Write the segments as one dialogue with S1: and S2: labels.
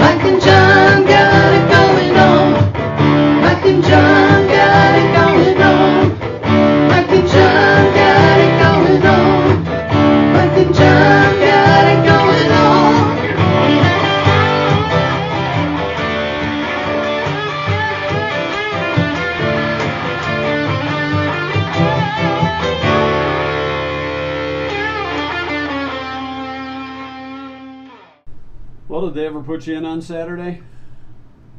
S1: Mike and John got it going on. Mike and John got it going on. Mike and John got it going on. Mike and John got it going on.
S2: Well, did they ever put you in on Saturday?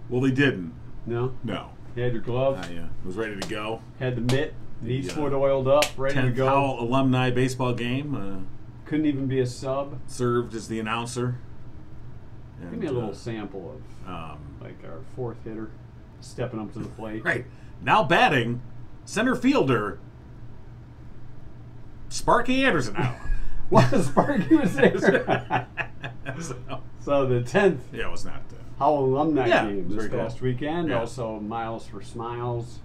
S3: Well, they didn't.
S2: No.
S3: No.
S2: You had your glove,
S3: I uh, was ready to go.
S2: had the mitt, the
S3: Yeah.
S2: Eastwood oiled up, ready to
S3: 10th
S2: go.
S3: Howell alumni baseball game. Uh,
S2: Couldn't even be a sub.
S3: served as the announcer.
S2: Give me a little sample
S3: Uh, um,
S2: of like our fourth hitter stepping up to the plate.
S3: right. Now batting, center fielder, Sparky Anderson now.
S2: What a spark he was there.
S3: So,
S2: so the tenth
S3: yeah, it was not. Uh,
S2: Howell alumni
S3: Yeah, it
S2: game
S3: was
S2: this
S3: very cool.
S2: past weekend.
S3: Yeah.
S2: Also Miles for Smiles.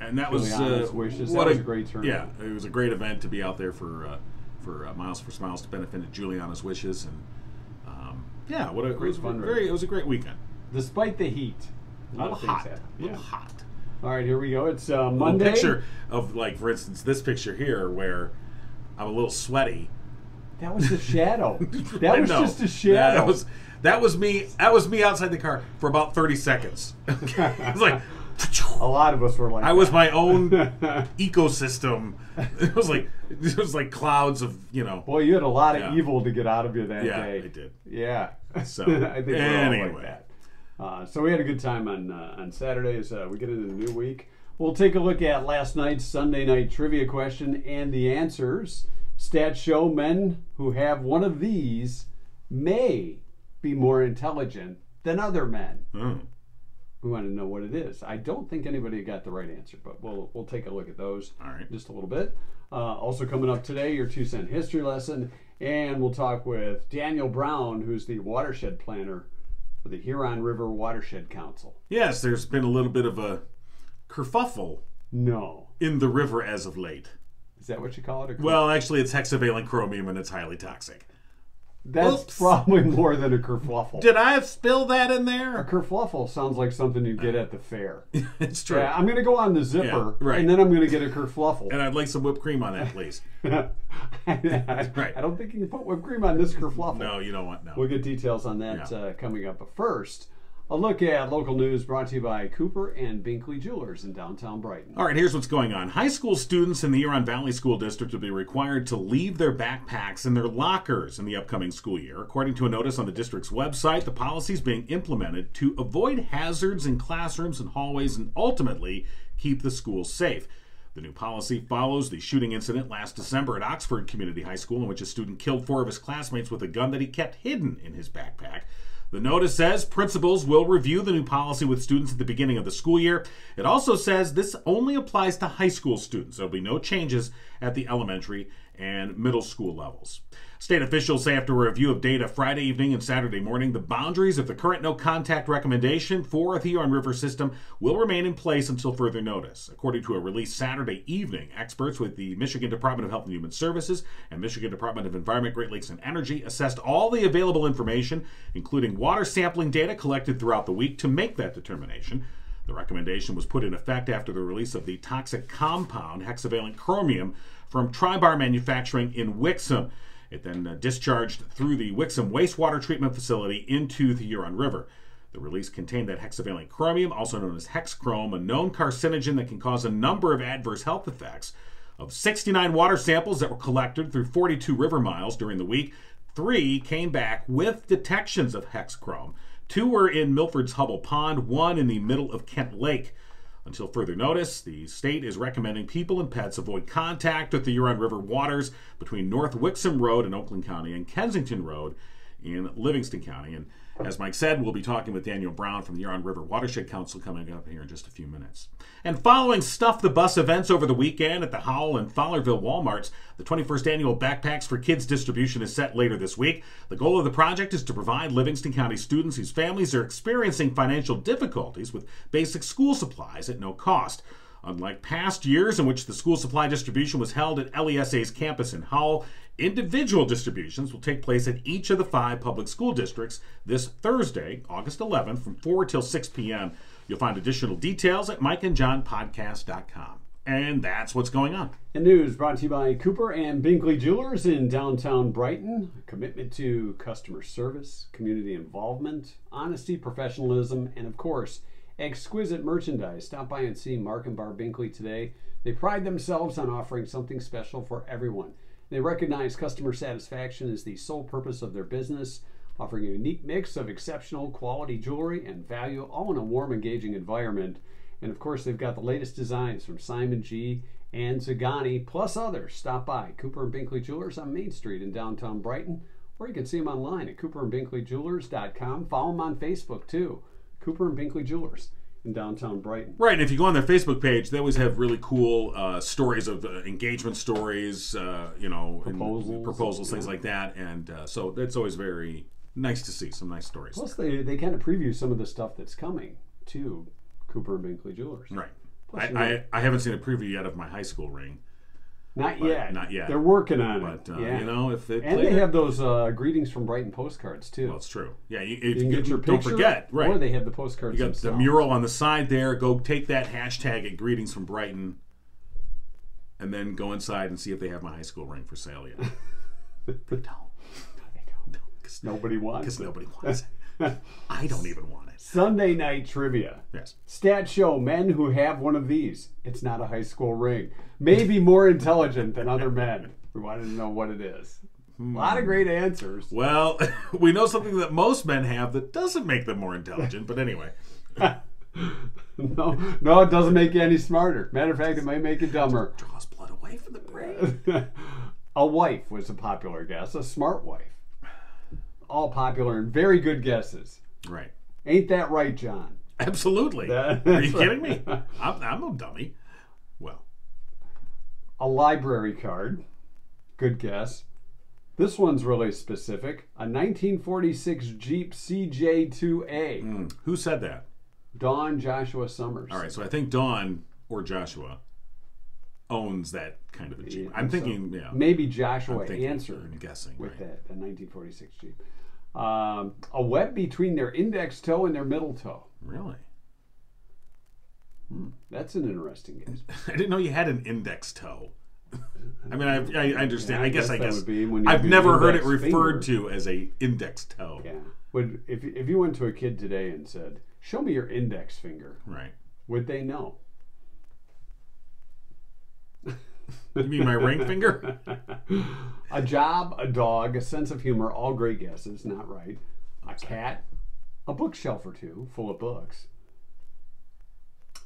S3: and that was uh,
S2: Juliana's wishes. That
S3: What
S2: was a great tournament.
S3: Yeah, it was a great event to be out there for uh, for uh, Miles for Smiles to benefit at Juliana's wishes, and um, yeah, what a
S2: Great
S3: it was a
S2: fundraiser.
S3: very it was a great weekend.
S2: Despite the heat.
S3: A little
S2: things
S3: hot,
S2: happened.
S3: a little
S2: Yeah.
S3: hot.
S2: All right, here we go. It's uh,
S3: Little
S2: Monday.
S3: picture of like for instance this picture here where I'm a little sweaty.
S2: That was a shadow.
S3: I
S2: That was
S3: know.
S2: just a
S3: Yeah,
S2: shadow.
S3: That was that was me. That was me outside the car for about 30 seconds. I was like,
S2: a lot of us were like,
S3: I was my own
S2: my.
S3: ecosystem. It was like it was like clouds of you know.
S2: Boy, you had a lot of
S3: Yeah.
S2: evil to get out of you that
S3: Yeah,
S2: day.
S3: I did.
S2: Yeah.
S3: So,
S2: I think we're all
S3: anyway.
S2: like that. Uh, so we had a good time on uh, on Saturday as uh, we get into the new week. We'll take a look at last night's Sunday night trivia question and the answers. Stats show men who have one of these may be more intelligent than other men.
S3: Mm.
S2: We want to know what it is. I don't think anybody got the right answer, but we'll we'll take a look at those
S3: All right.
S2: just a little bit. Uh, also coming up today, your two cent history lesson, and we'll talk with Daniel Brown, who's the watershed planner for the Huron River Watershed Council.
S3: Yes, there's been a little bit of a kerfuffle
S2: No,
S3: in the river as of late.
S2: is that what you call it? A
S3: Well, actually, it's hexavalent chromium and it's highly toxic.
S2: that's
S3: oops.
S2: probably more than a kerfluffle.
S3: Did I spill that in
S2: a
S3: there?
S2: kerfluffle sounds like something you get at the fair.
S3: It's true.
S2: Yeah, I'm going to go on the zipper,
S3: right.
S2: and then I'm going to get a kerfluffle.
S3: And I'd like some whipped cream on that, please.
S2: I don't think you can put whipped cream on this kerfluffle.
S3: No, you don't want no.
S2: We'll get details on that
S3: Yeah.
S2: uh, coming up. But first, a look at local news brought to you by Cooper and Binkley Jewelers in downtown Brighton.
S3: All right, here's what's going on. High school students in the Huron Valley School District will be required to leave their backpacks in their lockers in the upcoming school year. According to a notice on the district's website, the policy is being implemented to avoid hazards in classrooms and hallways and ultimately keep the school safe. The new policy follows the shooting incident last December at Oxford Community High School, in which a student killed four of his classmates with a gun that he kept hidden in his backpack. The notice says principals will review the new policy with students at the beginning of the school year. It also says this only applies to high school students. There will be no changes at the elementary and middle school levels. State officials say after a review of data Friday evening and Saturday morning, the boundaries of the current no contact recommendation for the Huron River system will remain in place until further notice. According to a release Saturday evening, experts with the Michigan Department of Health and Human Services and Michigan Department of Environment, Great Lakes, and Energy assessed all the available information, including water sampling data collected throughout the week, to make that determination. The recommendation was put in effect after the release of the toxic compound hexavalent chromium from Tribar Manufacturing in Wixom. It then uh, discharged through the Wixom wastewater treatment facility into the Huron River. The release contained that hexavalent chromium, also known as hexchrome, a known carcinogen that can cause a number of adverse health effects. Of 69 water samples that were collected through 42 river miles during the week, three came back with detections of hexchrome. Two were in Milford's Hubble Pond, one in the middle of Kent Lake. Until further notice, the state is recommending people and pets avoid contact with the Huron River waters between North Wixom Road in Oakland County and Kensington Road in Livingston County. And as Mike said, we'll be talking with Daniel Brown from the Huron River Watershed Council coming up here in just a few minutes. And following Stuff the Bus events over the weekend at the Howell and Fowlerville Walmarts, the 21st annual Backpacks for Kids distribution is set later this week. The goal of the project is to provide Livingston County students whose families are experiencing financial difficulties with basic school supplies at no cost. Unlike past years in which the school supply distribution was held at LESA's campus in Howell, individual distributions will take place at each of the five public school districts this Thursday, August 11th from 4 till 6 p.m. You'll find additional details at mikeandjohnpodcast.com. And that's what's going on.
S2: And news brought to you by Cooper and Binkley Jewelers in downtown Brighton. A commitment to customer service, community involvement, honesty, professionalism, and of course, exquisite merchandise. Stop by and see Mark and Barb Binkley today. They pride themselves on offering something special for everyone. They recognize customer satisfaction as the sole purpose of their business, offering a unique mix of exceptional quality jewelry and value, all in a warm, engaging environment. And of course, they've got the latest designs from Simon G and Zagani, plus others. Stop by Cooper and Binkley Jewelers on Main Street in downtown Brighton, or you can see them online at cooperandbinkleyjewelers.com. Follow them on Facebook too, Cooper and Binkley Jewelers in downtown Brighton.
S3: Right, and if you go on their Facebook page, they always have really cool uh, stories of uh, engagement stories, uh, you know, and
S2: Proposals.
S3: proposals, things like that. And uh, so that's always very nice to see some nice stories.
S2: Plus, they, they kind of preview some of the stuff that's coming to Cooper and Binkley Jewelers.
S3: Right. I, I, I haven't seen a preview yet of my high school ring,
S2: Not yet.
S3: not yet.
S2: They're working on
S3: but
S2: it.
S3: uh,
S2: yeah.
S3: you know if they
S2: and
S3: play
S2: they
S3: it-
S2: have those uh, greetings from Brighton postcards too.
S3: well, it's true. Yeah, you, if
S2: you can get your
S3: don't
S2: picture,
S3: forget, right?
S2: Or they have the postcards
S3: you got the
S2: themselves.
S3: mural on the side there. Go take that hashtag at greetings from Brighton, and then go inside and see if they have my high school ring for sale yet. they don't. They don't. Because
S2: Nobody wants. it.
S3: nobody wants it. I don't even want it.
S2: Sunday night trivia.
S3: Yes.
S2: Stats show men who have one of these, it's not a high school ring, may be more intelligent than other men. We wanted to know what it is.
S3: Hmm.
S2: A lot of great answers.
S3: Well, we know something that most men have that doesn't make them more intelligent. But anyway,
S2: No, no, it doesn't make you any smarter. Matter of fact, it may make you dumber.
S3: draws blood away from the brain.
S2: a wife was a popular guess, a smart wife. All popular and very good guesses.
S3: Right.
S2: Ain't that right, John?
S3: Absolutely.
S2: That-
S3: Are you kidding me? I'm, I'm no dummy. Well,
S2: a library card. Good guess. This one's really specific. A 1946 Jeep CJ2A.
S3: hmm. who said that?
S2: Don Joshua Summers.
S3: Mm. All right, so I think Don or Joshua owns that kind of a Jeep. I'm thinking, yeah.
S2: Maybe Joshua
S3: thinking,
S2: answered
S3: I'm guessing.
S2: with
S3: right.
S2: that, a 1946 Jeep. Um, a web between their index toe and their middle toe.
S3: Really?
S2: That's an interesting guess.
S3: I didn't know you had an index toe. I mean, I, I, I understand.
S2: Yeah,
S3: I guess, I
S2: that
S3: guess.
S2: would be when you
S3: I've
S2: do
S3: never heard it
S2: index
S3: referred
S2: finger.
S3: to as a index toe.
S2: Yeah. Would if if you went to a kid today and said, "Show me your index finger,"
S3: Right.
S2: would they know?
S3: You mean my ring finger?
S2: A job, a dog, a sense of humor, all great guesses, not right. A cat, a bookshelf or two full of books,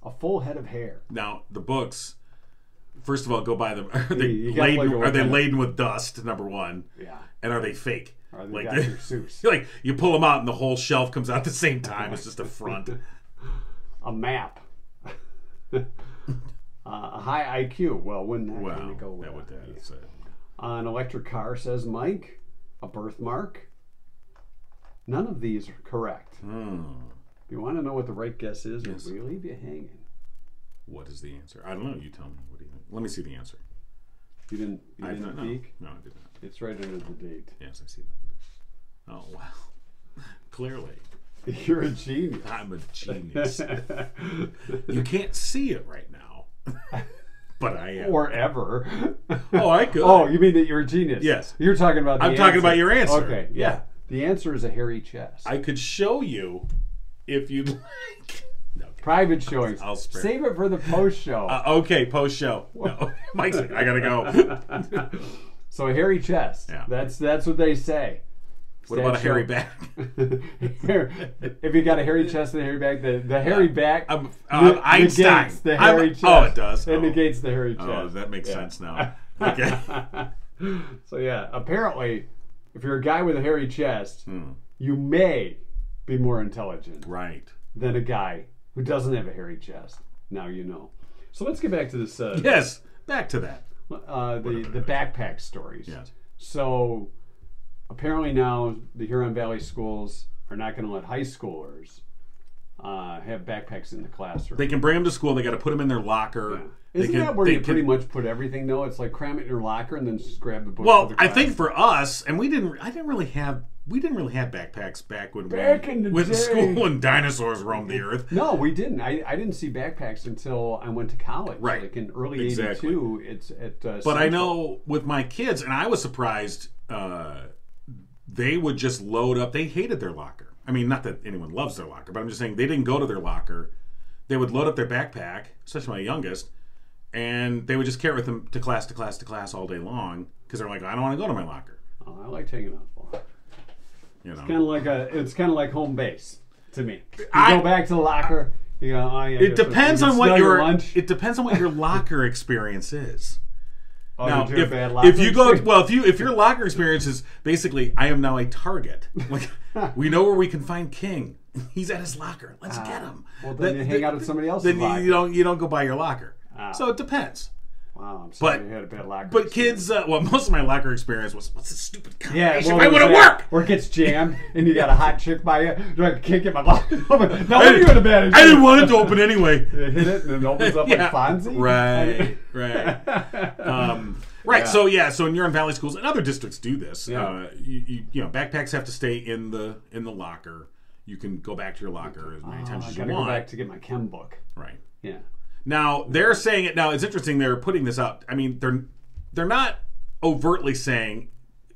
S2: a full head of hair.
S3: Now the books. First of all, go buy them. Are they
S2: you gotta
S3: laden?
S2: look at
S3: Are
S2: what
S3: they
S2: kind of-
S3: laden with dust? Number one.
S2: Yeah.
S3: And are they fake?
S2: Are they
S3: like
S2: Dr. Seuss?
S3: like you pull them out and the whole shelf comes out at the same
S2: Oh
S3: time. It's just a front.
S2: A map. uh, a high IQ. Well, wouldn't that
S3: Wow,
S2: kind of go with
S3: that would that. is, uh,
S2: An electric car, says Mike. A birthmark. None of these are correct.
S3: Hmm.
S2: If you want to know what the right guess is, we leave you hanging.
S3: What is the answer? I don't know. You tell me. What do you think? Let me see the answer.
S2: You didn't, you
S3: I
S2: didn't
S3: don't know.
S2: peek?
S3: No, I did not.
S2: It's right under the date.
S3: Yes, I see that. Oh wow! Clearly,
S2: You're a genius.
S3: I'm a genius. you can't see it right now, but I am.
S2: or ever.
S3: oh, I could.
S2: oh, you mean that you're a genius?
S3: Yes.
S2: You're talking about. The
S3: I'm talking about your answer.
S2: Okay. Yeah.
S3: Yeah.
S2: The answer is a hairy chest.
S3: I could show you if you'd like. No, okay.
S2: Private showings.
S3: I'll spare-
S2: Save it for the post show.
S3: Uh, okay, post show. No, Mike's like, I gotta go.
S2: so a hairy chest.
S3: Yeah.
S2: That's that's what they say.
S3: What about a
S2: Statue.
S3: hairy back?
S2: if you got a hairy chest and a hairy back, the, the hairy back
S3: I'm, uh, I'm
S2: ne-
S3: Einstein.
S2: negates the
S3: I'm-
S2: hairy chest.
S3: Oh, it does.
S2: It
S3: Oh.
S2: negates the hairy chest.
S3: Oh, that makes
S2: Yeah.
S3: sense now. Okay.
S2: So yeah, apparently, if you're a guy with a hairy chest,
S3: Hmm.
S2: you may be more intelligent.
S3: right.
S2: than a guy who doesn't have a hairy chest. Now you know. So let's get back to this uh,
S3: Yes. Back to that.
S2: uh, the the backpack stories.
S3: Yes.
S2: So apparently now the Huron Valley schools are not going to let high schoolers uh, have backpacks in the classroom.
S3: They can bring them to school. They got to put them in their locker. They
S2: Isn't
S3: can-
S2: that where
S3: they
S2: you pretty
S3: can-
S2: much put everything though? It's like cram it in your locker and then just grab the book. for
S3: Well,
S2: the
S3: I
S2: class.
S3: think for us, and we didn't. I didn't really have. We didn't really have backpacks back when
S2: Back
S3: we
S2: in the
S3: went to
S2: day.
S3: school and dinosaurs roamed the earth.
S2: No, we didn't. I, I didn't see backpacks until I went to college.
S3: Right.
S2: Like in early
S3: Exactly.
S2: 82, it's at uh,
S3: But I know with my kids, and I was surprised. Uh, they would just load up. They hated their locker. I mean, not that anyone loves their locker, but I'm just saying they didn't go to their locker. They would load up their backpack, especially my youngest, and they would just carry it with them to class, to class, to class all day long because they're like, I don't want to go to my locker.
S2: Central. Oh, I like taking off.
S3: You know,
S2: Kind of like a, it's kind of like home base to me. You
S3: I-
S2: go back to the locker. You go, oh, yeah, I
S3: It
S2: guess I
S3: depends
S2: can
S3: on what
S2: smell
S3: your,
S2: lunch.
S3: it depends on what your locker experience is.
S2: oh,
S3: Now,
S2: did you
S3: if,
S2: have bad locker
S3: if you go
S2: experience?
S3: well, if you if your locker experience is basically, I am now a target. Like we know where we can find King. He's at his locker. Let's get him.
S2: Ah. well, then you hang out at somebody else's
S3: Then you-
S2: locker. Ah.
S3: you don't you don't go by your locker. So it depends.
S2: wow, I'm sorry
S3: but-
S2: you had a bad locker.
S3: But
S2: experience.
S3: kids, uh, well, most of my locker experience was what's this stupid
S2: Yeah,
S3: combination?
S2: well,
S3: I
S2: there's
S3: want to
S2: that.
S3: work.
S2: Or it gets jammed, and you got a hot chick by you. You're like, can't get my locker. now
S3: I
S2: what are you
S3: didn't,
S2: in a bad?
S3: I didn't want it to open anyway.
S2: You hit it and it opens up
S3: Yeah.
S2: like Fonzie.
S3: Right, right, um, right. So yeah, so in Huron Valley schools and other districts do this.
S2: Yeah.
S3: Uh, you, you, you know, backpacks have to stay in the in the locker. You can go back to your locker as many times
S2: Oh, I
S3: as you
S2: gotta go
S3: want.
S2: back to get my chem book.
S3: Right
S2: Yeah.
S3: now, they're saying it. Now it's interesting. They're putting this out. I mean, they're they're not overtly saying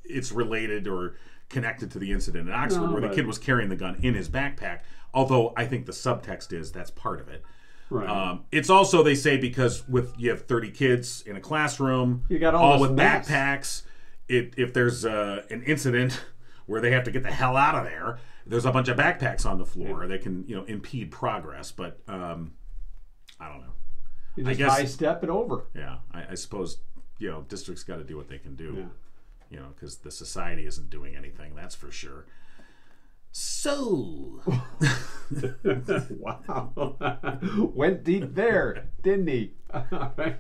S3: it's related or connected to the incident in Oxford
S2: No,
S3: where the
S2: but-
S3: kid was carrying the gun in his backpack. Although I think the subtext is that's part of it.
S2: Right.
S3: Um, it's also they say because with you have 30 kids in a classroom,
S2: You got all this
S3: with
S2: mess.
S3: backpacks. It, if there's uh, an incident where they have to get the hell out of there, there's a bunch of backpacks on the floor that can you know impede progress. But um, I don't know.
S2: You just
S3: guess-
S2: high step it over.
S3: Yeah, I, I suppose you know districts got to do what they can do.
S2: Yeah.
S3: You know, because the society isn't doing anything. That's for sure. So
S2: Wow. Went deep there, didn't he? All right.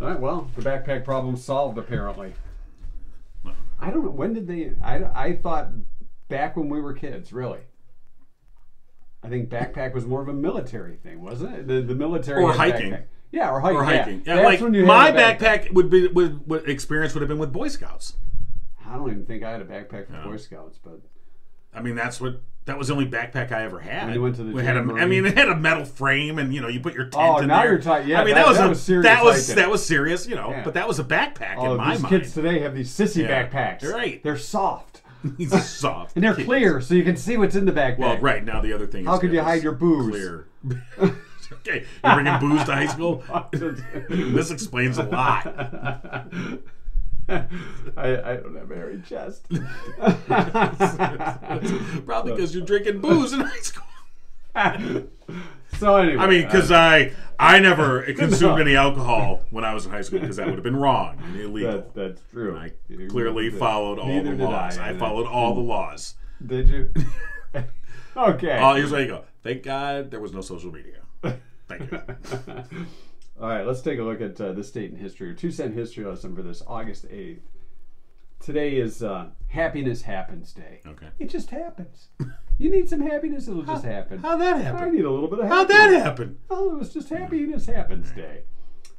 S2: All right, well, the backpack problem solved, apparently. I don't know. When did they. I, I thought back when we were kids, really. I think backpack was more of a military thing, wasn't it? The, the military.
S3: Or
S2: had a
S3: hiking.
S2: backpack. Yeah, or hiking.
S3: or
S2: yeah.
S3: hiking. Yeah,
S2: That's
S3: like
S2: when you had
S3: my
S2: a
S3: backpack. would be would, would experience would have been with Boy Scouts.
S2: I don't even think I had a backpack for Boy Scouts, but
S3: I mean, that's what that was the only backpack I ever had.
S2: When you went to the
S3: We had a, I
S2: Jamboree.
S3: mean, it had a metal frame, and you know, you put your tent.
S2: Oh,
S3: in
S2: now
S3: there.
S2: you're talking- yeah,
S3: I mean,
S2: that-
S3: that, was
S2: that
S3: a,
S2: was serious
S3: That was
S2: hiking.
S3: that was serious, you know.
S2: Yeah.
S3: But that was a backpack
S2: oh,
S3: in my
S2: these
S3: mind.
S2: kids today have these sissy
S3: Yeah.
S2: backpacks.
S3: You're right.
S2: They're soft
S3: He's a soft.
S2: and they're
S3: kid.
S2: clear, so you can see what's in the backpack.
S3: Well, right now the other thing.
S2: How
S3: is
S2: could
S3: it
S2: you
S3: was
S2: hide your booze?
S3: Clear. okay, you bringing booze to high school? this explains a lot.
S2: I, I don't have a hairy chest.
S3: Probably because you're drinking booze in high school.
S2: so anyway, uh,
S3: I mean, because I I never consumed any alcohol when I was in high school because that would have been wrong and illegal.
S2: that's, that's true.
S3: I
S2: You-
S3: clearly
S2: that-
S3: followed all
S2: neither
S3: the
S2: did
S3: laws. I,
S2: and
S3: followed all the laws.
S2: Did you? okay.
S3: Oh, here's where you go. Thank God there was no social media. Thank you.
S2: All right, let's take a look at uh, this date in history, or two cent history lesson for this August 8th. Today is uh, Happiness Happens Day.
S3: Okay.
S2: It just happens. you need some happiness, it'll just happen.
S3: How'd that
S2: I
S3: happen?
S2: need a little bit of
S3: How'd
S2: happiness.
S3: that happen?
S2: Oh, it was just Happiness Happens Day.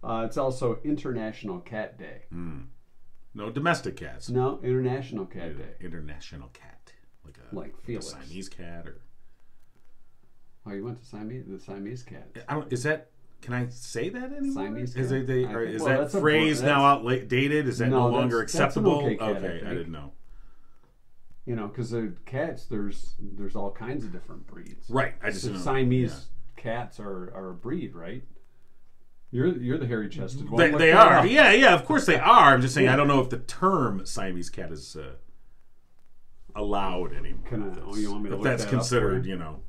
S2: Uh, it's also International Cat Day.
S3: Mm. No domestic cats.
S2: No, International Cat Day.
S3: International cat, like a
S2: Like
S3: a
S2: Felix.
S3: Siamese cat, or
S2: Oh, you went to Siamese, the Siamese cat.
S3: I don't. Is that? Can I say that anymore?
S2: Siamese
S3: is
S2: cat?
S3: it, they,
S2: I
S3: or
S2: think-
S3: is
S2: well,
S3: that
S2: that's a bro-
S3: phrase now outdated? Is that no,
S2: No,
S3: longer
S2: that's- that's an
S3: acceptable?
S2: okay cat, I
S3: okay, I
S2: think.
S3: didn't know.
S2: You know, because the cats, there's there's all kinds of different breeds.
S3: Right, I just
S2: So
S3: didn't know.
S2: Siamese cats are, are a breed, right? You're you're the hairy chested one.
S3: They,
S2: Look
S3: they
S2: that
S3: are.
S2: up.
S3: Yeah, yeah, of course they are. I'm just saying, I don't know if the term Siamese cat is uh, allowed anymore.
S2: Can I-
S3: If
S2: oh, you want me to
S3: if
S2: look
S3: that's
S2: that up
S3: considered,
S2: for
S3: you know,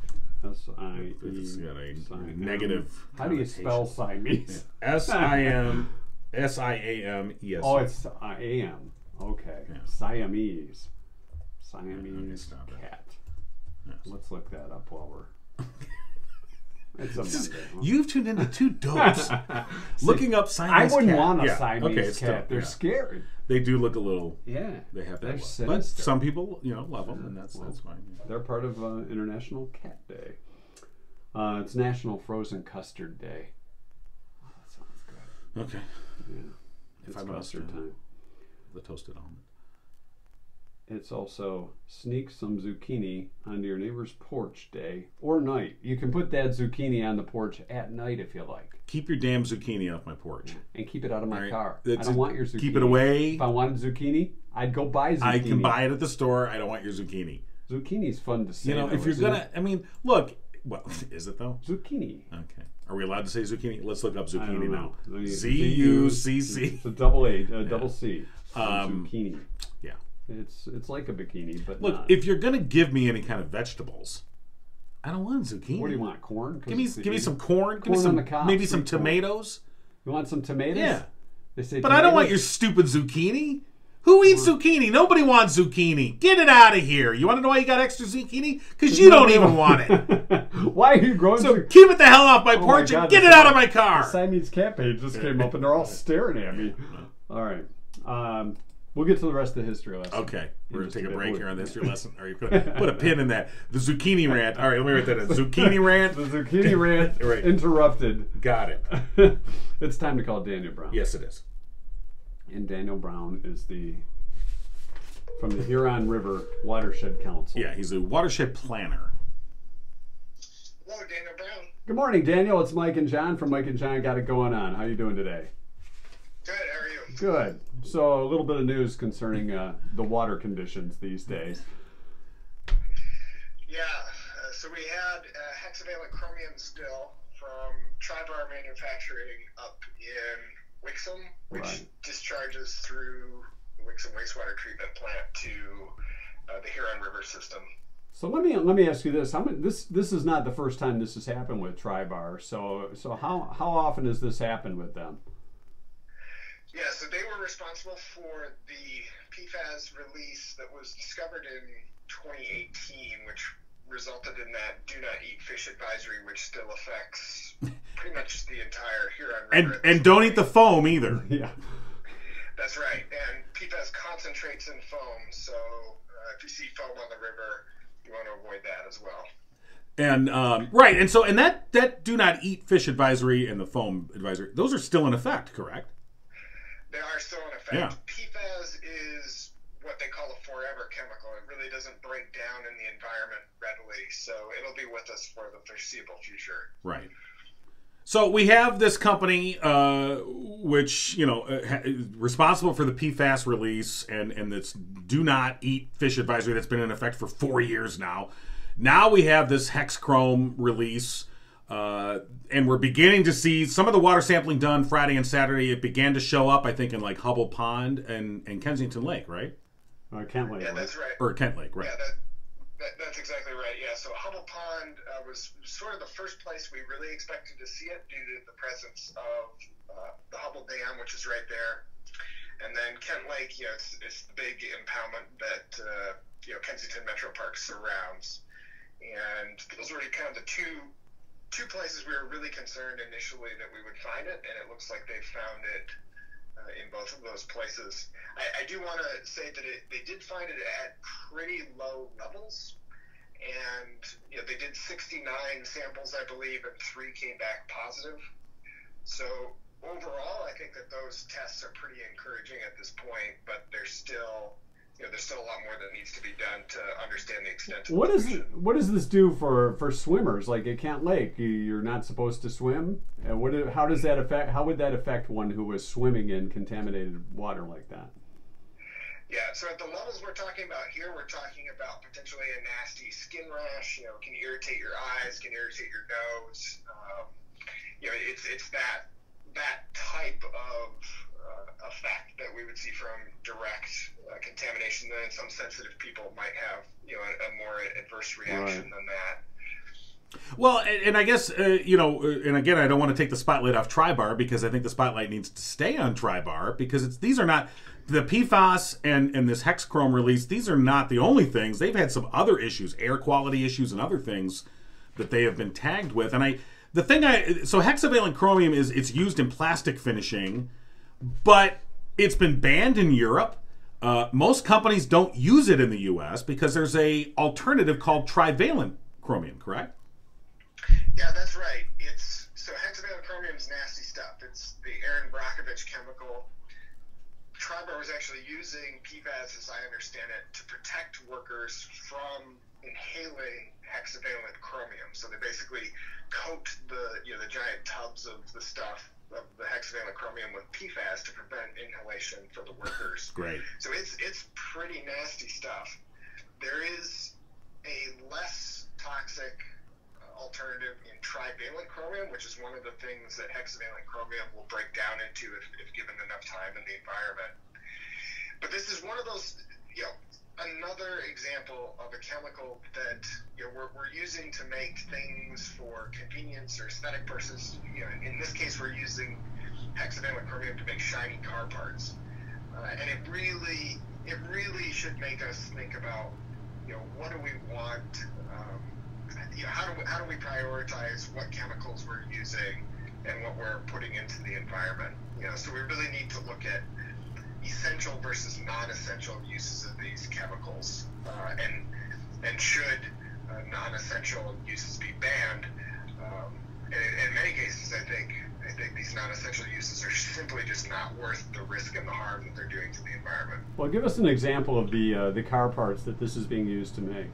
S2: S I
S3: if it's
S2: E.
S3: got a
S2: Siam.
S3: negative.
S2: How do you spell Siamese?
S3: S I M S I A M E S?
S2: Oh, it's I am. Okay.
S3: Yeah.
S2: Siamese. Siamese
S3: stop it.
S2: cat.
S3: Yes.
S2: Let's look that up while we're. it's a Monday. huh?
S3: You've tuned into two dopes looking up
S2: I
S3: Siamese
S2: wouldn't
S3: cat.
S2: want a
S3: Yeah,
S2: Siamese
S3: okay, it's
S2: cat.
S3: dope,
S2: They're
S3: yeah.
S2: scary.
S3: They do look a little.
S2: Yeah.
S3: They have
S2: They're
S3: that. Look. But
S2: sinister.
S3: some people, you know, love them, and that's that's fine. yeah.
S2: They're part of uh, International Cat Day. Uh, it's National Frozen Custard Day. that sounds good.
S3: Okay.
S2: It's
S3: I must,
S2: custard
S3: uh,
S2: time.
S3: The toasted almond.
S2: It's also sneak some zucchini onto your neighbor's porch day or night. You can put that zucchini on the porch at night if you like,
S3: Keep your damn zucchini off my porch.
S2: and keep it out of my
S3: All right.
S2: car. I
S3: That's
S2: don't
S3: it.
S2: want your zucchini.
S3: Keep it away.
S2: If I wanted zucchini, I'd go buy zucchini.
S3: I can buy it at the store. I don't want your zucchini.
S2: Zucchini's fun to say.
S3: You know,
S2: though,
S3: if you're
S2: isn't
S3: gonna, I mean, look. Well, is it though?
S2: it? zucchini.
S3: Okay. Are we allowed to say zucchini? Let's look up
S2: I don't
S3: zucchini now.
S2: know. The-
S3: Z U C C.
S2: It's a double A, a double C.
S3: Um,
S2: zucchini.
S3: Yeah.
S2: It's it's like a bikini, but
S3: Look,
S2: not.
S3: if you're gonna give me any kind of vegetables, I don't want zucchini.
S2: what do you want? Corn? 'Cause
S3: Give me,
S2: it's the
S3: give me
S2: heat.
S3: some corn. Give me
S2: Corn on
S3: some,
S2: the cob,
S3: maybe
S2: sweet
S3: some
S2: corn.
S3: tomatoes.
S2: You want some tomatoes?
S3: Yeah.
S2: They say
S3: But I don't want your
S2: tomatoes-
S3: stupid zucchini. Who eats zucchini? Nobody wants zucchini. Get it out of here. You want to know why you got extra zucchini? Because you don't even want it.
S2: Why are you growing
S3: So
S2: zucchini?
S3: keep it the hell off my
S2: Oh my
S3: porch
S2: God,
S3: and get
S2: this
S3: it out of
S2: guy-
S3: my car.
S2: Siamese cat page just came up and they're all staring at me. All right. Um, we'll get to the rest of the history lesson.
S3: Okay, we're gonna
S2: just
S3: take
S2: a
S3: a
S2: bit
S3: break
S2: more.
S3: here on this your lesson. Are you gonna put a pin in that? The zucchini rant. All right, let me write that in. Zucchini rant.
S2: The zucchini rant
S3: Right.
S2: interrupted.
S3: Got it.
S2: it's time to call Daniel Brown.
S3: Yes, it is.
S2: And Daniel Brown is the from the Huron River Watershed Council.
S3: Yeah, he's a watershed planner.
S4: Hello, Daniel Brown.
S2: Good morning, Daniel. It's Mike and John from Mike and John Got It Going On. How you doing today?
S4: Good, how are you?
S2: Good. So a little bit of news concerning uh, the water conditions these days.
S4: Yeah, uh, so we had uh, hexavalent chromium still from Tribar Manufacturing up in Wixom, which
S2: Right.
S4: discharges through the Wixom Wastewater Treatment Plant to uh, the Huron River system.
S2: So let me let me ask you this: How many, this this is not the first time this has happened with Tribar. So so how how often has this happened with them?
S4: Yeah, so they were responsible for the PFAS release that was discovered in 2018, which resulted in that do not eat fish advisory, which still affects pretty much the entire Huron River.
S3: And
S4: at this
S3: and don't
S4: point.
S3: eat the foam either.
S2: Yeah.
S4: That's right. And PFAS concentrates in foam, so uh, if you see foam on the river, you want to avoid that as well.
S3: And um, right, and so and that that do not eat fish advisory and the foam advisory. Those are still in effect, correct?
S4: They are still in effect.
S3: Yeah.
S4: PFAS is what they call a forever chemical. It really doesn't break down in the environment readily, so it'll be with us for the foreseeable future.
S3: Right. So we have this company, uh, which you know, uh, ha- is responsible for the PFAS release and and this do not eat fish advisory that's been in effect for four years now. Now we have this hexchrome release, uh, and we're beginning to see some of the water sampling done Friday and Saturday. It began to show up, I think, in like Hubble Pond and and Kensington Lake, right?
S2: I can't wait.
S4: Yeah, that's right.
S3: Or Kent Lake, right?
S4: Yeah, that, that, that's exactly right. Yeah, so Hubble Pond uh, was sort of the first place we really expected to see it due to the presence of uh, the Hubble Dam, which is right there. And then Kent Lake, you know, it's, it's the big impoundment that, uh, you know, Kensington Metro Park surrounds. And those were kind of the two two places we were really concerned initially that we would find it, and it looks like they found it uh, in both of those places. I, I do want to say that it, they did find it at pretty low levels, and you know, they did 69 samples, I believe, and three came back positive. So overall, I think that those tests are pretty encouraging at this point, but there's still you know, there's still a lot more that needs to be done to understand the extent. Of
S2: What
S4: the
S2: is
S4: pollution.
S2: what does this do for for swimmers? Like at Kent Lake, you, you're not supposed to swim. And what do- how does that affect? How would that affect one who was swimming in contaminated water like that?
S4: Yeah, so at the levels we're talking about here, we're talking about potentially a nasty skin rash. You know, can irritate your eyes, can irritate your nose. Um, you know, it's it's that that type of uh, effect that we would see from direct uh, contamination. Then some sensitive people might have you know a, a more adverse reaction than that.
S3: Well, and, and I guess uh, you know, uh, and again, I don't want to take the spotlight off Tribar because I think the spotlight needs to stay on Tribar because it's these are not the PFAS and and this hexchrome release. These are not the only things they've had some other issues, air quality issues, and other things that they have been tagged with. And I, the thing I, so hexavalent chromium is it's used in plastic finishing but it's been banned in Europe. Uh, most companies don't use it in the U.S. because there's a alternative called trivalent chromium, correct?
S4: Yeah, that's right. It's so hexavalpromium is nasty stuff. It's the Aaron Brockovich chemical. Tribar was actually using PFAS, as I understand it, to protect workers from inhaling hexavalent chromium. So they basically coat the you know the giant tubs of the stuff of the hexavalent chromium with PFAS to prevent inhalation for the workers.
S3: Great.
S4: So it's it's pretty nasty stuff. There is a less toxic uh, alternative in trivalent chromium, which is one of the things that hexavalent chromium will break down into if, if given enough time in the environment. But this is one of those, you know, another example of a chemical that you know, we're, we're using to make things for convenience or aesthetic purposes. You know, in this case, we're using hexavalent chromium to make shiny car parts uh, and it really it really should make us think about you know what do we want um, you know, how do we, how do we prioritize what chemicals we're using and what we're putting into the environment you know so we really need to look at essential versus non-essential uses of these chemicals uh, and and should uh, non-essential uses be banned um, in, in many cases I think I think these non-essential uses are simply just not worth the risk and the harm that they're doing to the environment.
S2: Well, give us an example of the uh, the car parts that this is being used to make.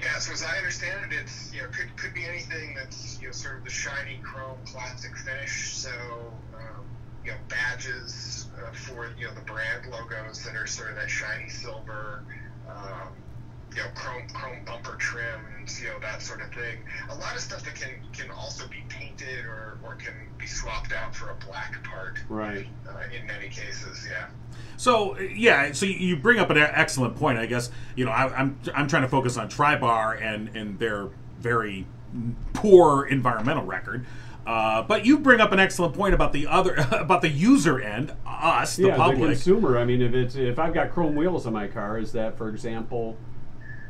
S4: Yeah, so as I understand it, it's you know could could be anything that's you know sort of the shiny chrome plastic finish. So um, you know badges uh, for you know the brand logos that are sort of that shiny silver. Um, you know, chrome chrome bumper trims, you know, that sort of thing. A lot of stuff that can can also be painted or, or can be swapped out for a black part.
S2: Right.
S4: Uh, in many cases, yeah.
S3: So yeah, so you bring up an excellent point. I guess you know I, I'm I'm trying to focus on Tribar and and their very poor environmental record. Uh, but you bring up an excellent point about the other about the user end, us, the
S2: yeah, the
S3: public.
S2: consumer. I mean, if it's if I've got chrome wheels on my car, is that, for example,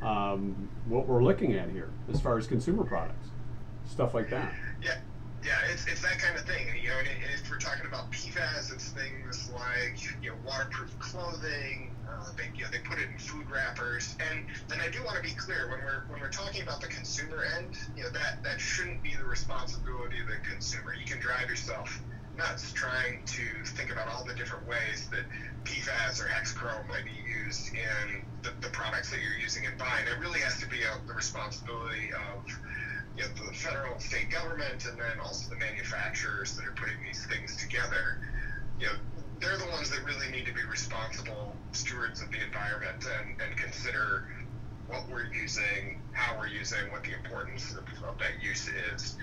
S2: um, what we're looking at here as far as consumer products, stuff like that?
S4: Yeah, yeah, it's, it's that kind of thing. You know, and and if we're talking about PFAS, it's things like you know waterproof clothing. Uh, they you know they put it in food wrappers, and and I do want to be clear when we're when we're talking about the consumer end, you know that that shouldn't be the responsibility of the consumer. You can drive yourself nuts trying to think about all the different ways that PFAS or hexachrome might be used in the, the products that you're using and buying. It really has to be uh the responsibility of you know, the federal and state government and then also the manufacturers that are putting these things together, you know, they're the ones that really need to be responsible stewards of the environment and, and consider what we're using, how we're using, what the importance of, of that use is.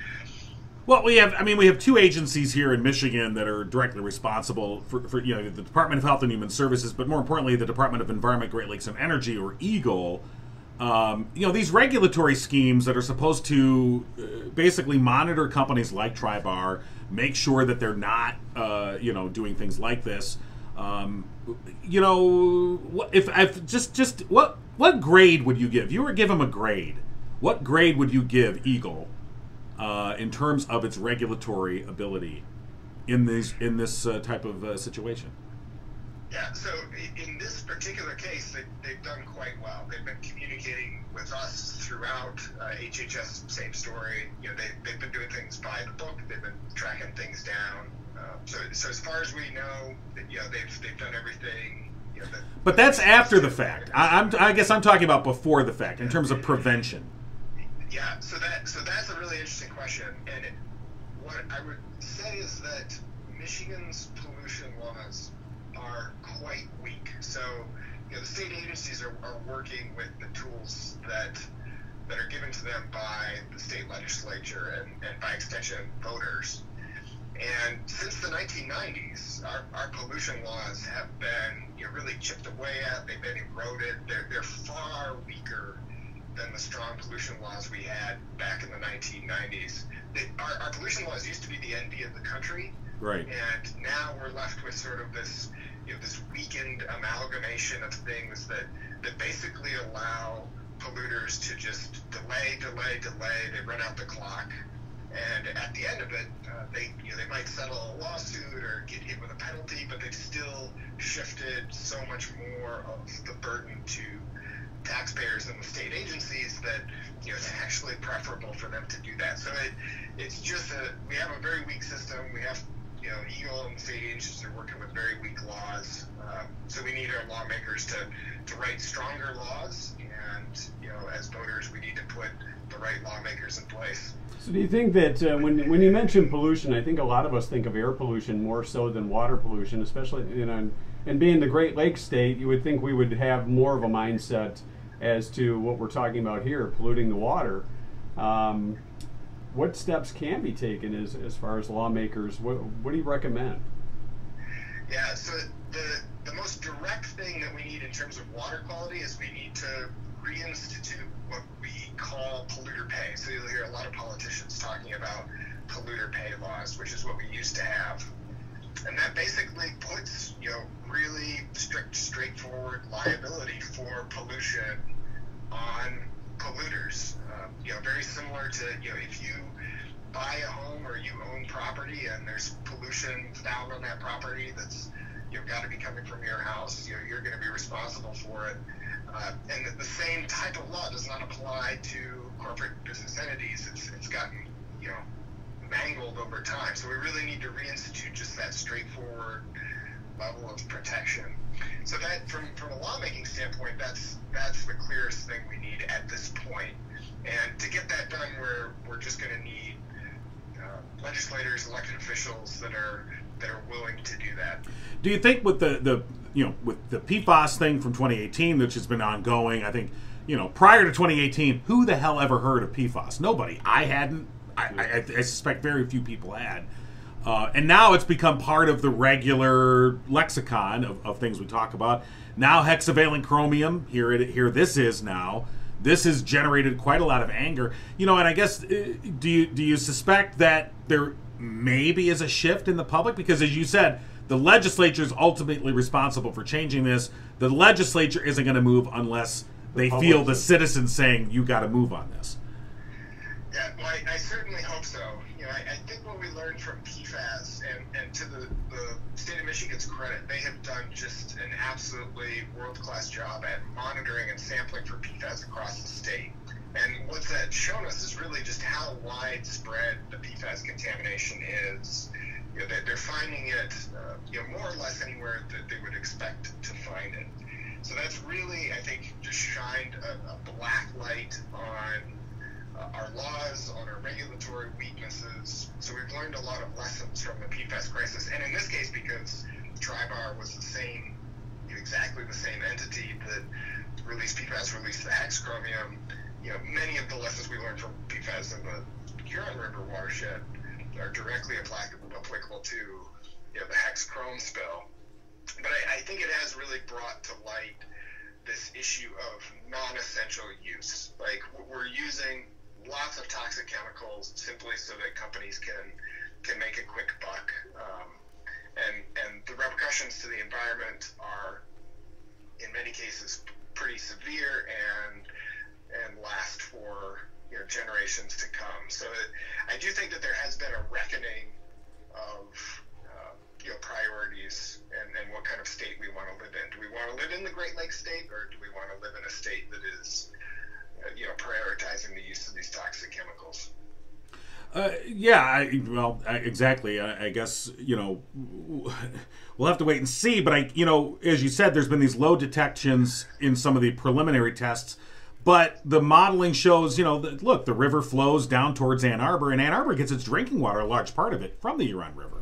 S3: Well, we have I mean we have two agencies here in Michigan that are directly responsible for, for you know the Department of Health and Human Services, but more importantly the Department of Environment, Great Lakes, and Energy or EGLE. um, you know these regulatory schemes that are supposed to uh, basically monitor companies like Tribar, make sure that they're not uh, you know doing things like this. Um, you know, what- if if just just what what grade would you give? If You were to give them a grade. What grade would you give Eagle uh, in terms of its regulatory ability in these in this uh, type of uh, situation?
S4: Yeah, so i- in this particular case, they, they've done quite well. They've been communicating with us throughout. Uh, HHS, same story. You know, they, they've been doing things by the book. They've been tracking things down. Uh, so, so as far as we know, that, you know, they've they've done everything. You know, that,
S3: But that's after the fact. I, I'm I guess I'm talking about before the fact in terms of prevention.
S4: Yeah, so that so that's a really interesting question, and it, what I would say is that Michigan's pollution laws are quite weak. So, you know, the state agencies are, are working with the tools that that are given to them by the state legislature and, and by extension voters. And since the 1990s, our, our pollution laws have been you know, really chipped away at. They've been eroded. They're, they're far weaker than the strong pollution laws we had back in the 1990s. They, our, our pollution laws used to be the envy of the country,
S3: Right.
S4: and now we're left with sort of this, you know, this weakened amalgamation of things that that basically allow polluters to just delay, delay, delay. They run out the clock, And at the end of it, uh, they you know, they might settle a lawsuit or get hit with a penalty, but they've still shifted so much more of the burden to taxpayers and the state agencies that you know it's actually preferable for them to do that. So it it's just a we have a very weak system. We have you know Eagle and state agencies are working with very weak laws. Um, so we need our lawmakers to to write stronger laws, and you know as voters we need to put the right lawmakers in place.
S2: So do you think that uh, when when you mention pollution, I think a lot of us think of air pollution more so than water pollution, especially you know. And, and being the Great Lakes state, you would think we would have more of a mindset as to what we're talking about here, polluting the water. Um, what steps can be taken as, as far as lawmakers? What, what do you recommend?
S4: Yeah, so the, the most direct thing that we need in terms of water quality is we need to reinstitute what we call polluter pay. So you'll hear a lot of politicians talking about polluter pay laws, which is what we used to have. And that basically puts, you know, really strict, straightforward liability for pollution on polluters. Um, you know, very similar to, you know, if you buy a home or you own property and there's pollution found on that property that's you've got to be coming from your house. You know, you're going to be responsible for it. Uh, and the, the same type of law does not apply to corporate business entities. It's, it's gotten, you know, mangled over time. So we really need to reinstitute just that straightforward level of protection. So that, from, from a lawmaking standpoint, that's that's the clearest thing we need at this point. And to get that done, we're we're just going to need uh, legislators, elected officials that are that are willing to do that.
S3: Do you think with the, the you know with the PFAS thing from 2018, which has been ongoing, I think you know prior to 2018, who the hell ever heard of PFAS? Nobody. I hadn't. I, I, I suspect very few people had. Uh, and now it's become part of the regular lexicon of, of things we talk about. Now hexavalent chromium, here it here this is now. This has generated quite a lot of anger, you know. And I guess uh, do you do you suspect that there maybe is a shift in the public because, as you said, the legislature is ultimately responsible for changing this. The legislature isn't going to move unless they
S2: public
S3: feel the
S2: is.
S3: citizens saying you got to move on this.
S4: Yeah, well, I, I certainly hope so. You know, I, I think what we learned from PFAS and, and to the, the state of Michigan's credit, they have done just an absolutely world class job at monitoring and sampling for PFAS across the state. And what that's shown us is really just how widespread the PFAS contamination is. You know, they're, they're finding it, uh, you know, more or less anywhere that they would expect to find it. So that's really, I think, just shined a, a black light on uh, our laws, on our regulatory weaknesses. So we've learned a lot of lessons from the PFAS crisis, and in this case, because Tribar was the same, exactly the same entity that released PFAS, released the hex chromium. You know, many of the lessons we learned from PFAS in the Huron River watershed are directly applicable, applicable to you know, the hex chrome spill but I, I think it has really brought to light this issue of non-essential use. Like w- we're using lots of toxic chemicals simply so that companies can can make a quick buck, um, and and the repercussions to the environment are in many cases pretty severe and and last for you know, generations to come. So it, I do think that there has been a reckoning of uh, you know priorities and, and what kind of state we want to live in. Do we want to live in the Great Lakes state, or do we want to live in a state that is uh, you know prioritizing the use of these toxic chemicals?
S3: Uh, yeah, I, well, I, exactly. I, I guess you know we'll have to wait and see. But I, you know, as you said, there's been these low detections in some of the preliminary tests, but the modeling shows, you know, that, look, the river flows down towards Ann Arbor, and Ann Arbor gets its drinking water, a large part of it, from the Huron River.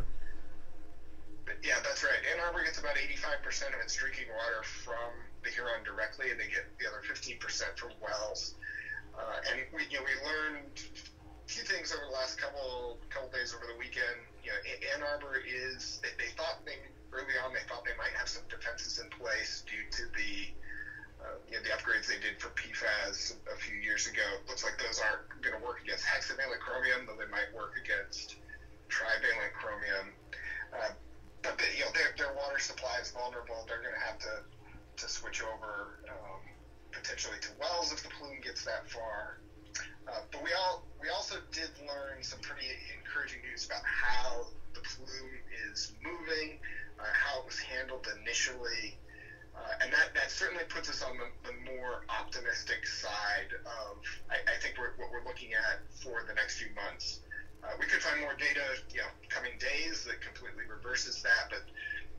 S4: But yeah, that's right. Ann Arbor gets about 85% of its drinking water from the Huron directly, and they get the other 15% from wells. Uh, and we, you know, we learned a few things over the last couple couple days over the weekend. You know, A- Ann Arbor is they, they thought they early on they thought they might have some defenses in place due to the uh, you know, the upgrades they did for PFAS a few years ago. Looks like those aren't going to work against hexavalent chromium, though they might work against trivalent chromium. Uh, but they, you know, their, their water supply is vulnerable. They're going to have to to switch over um, potentially to wells if the plume gets that far. Uh, but we all we also did learn some pretty encouraging news about how the plume is moving, uh, how it was handled initially, uh, and that, that certainly puts us on the, the more optimistic side of I, I think we're, what we're looking at for the next few months. Uh, we could find more data, you know, coming days that completely reverses that, but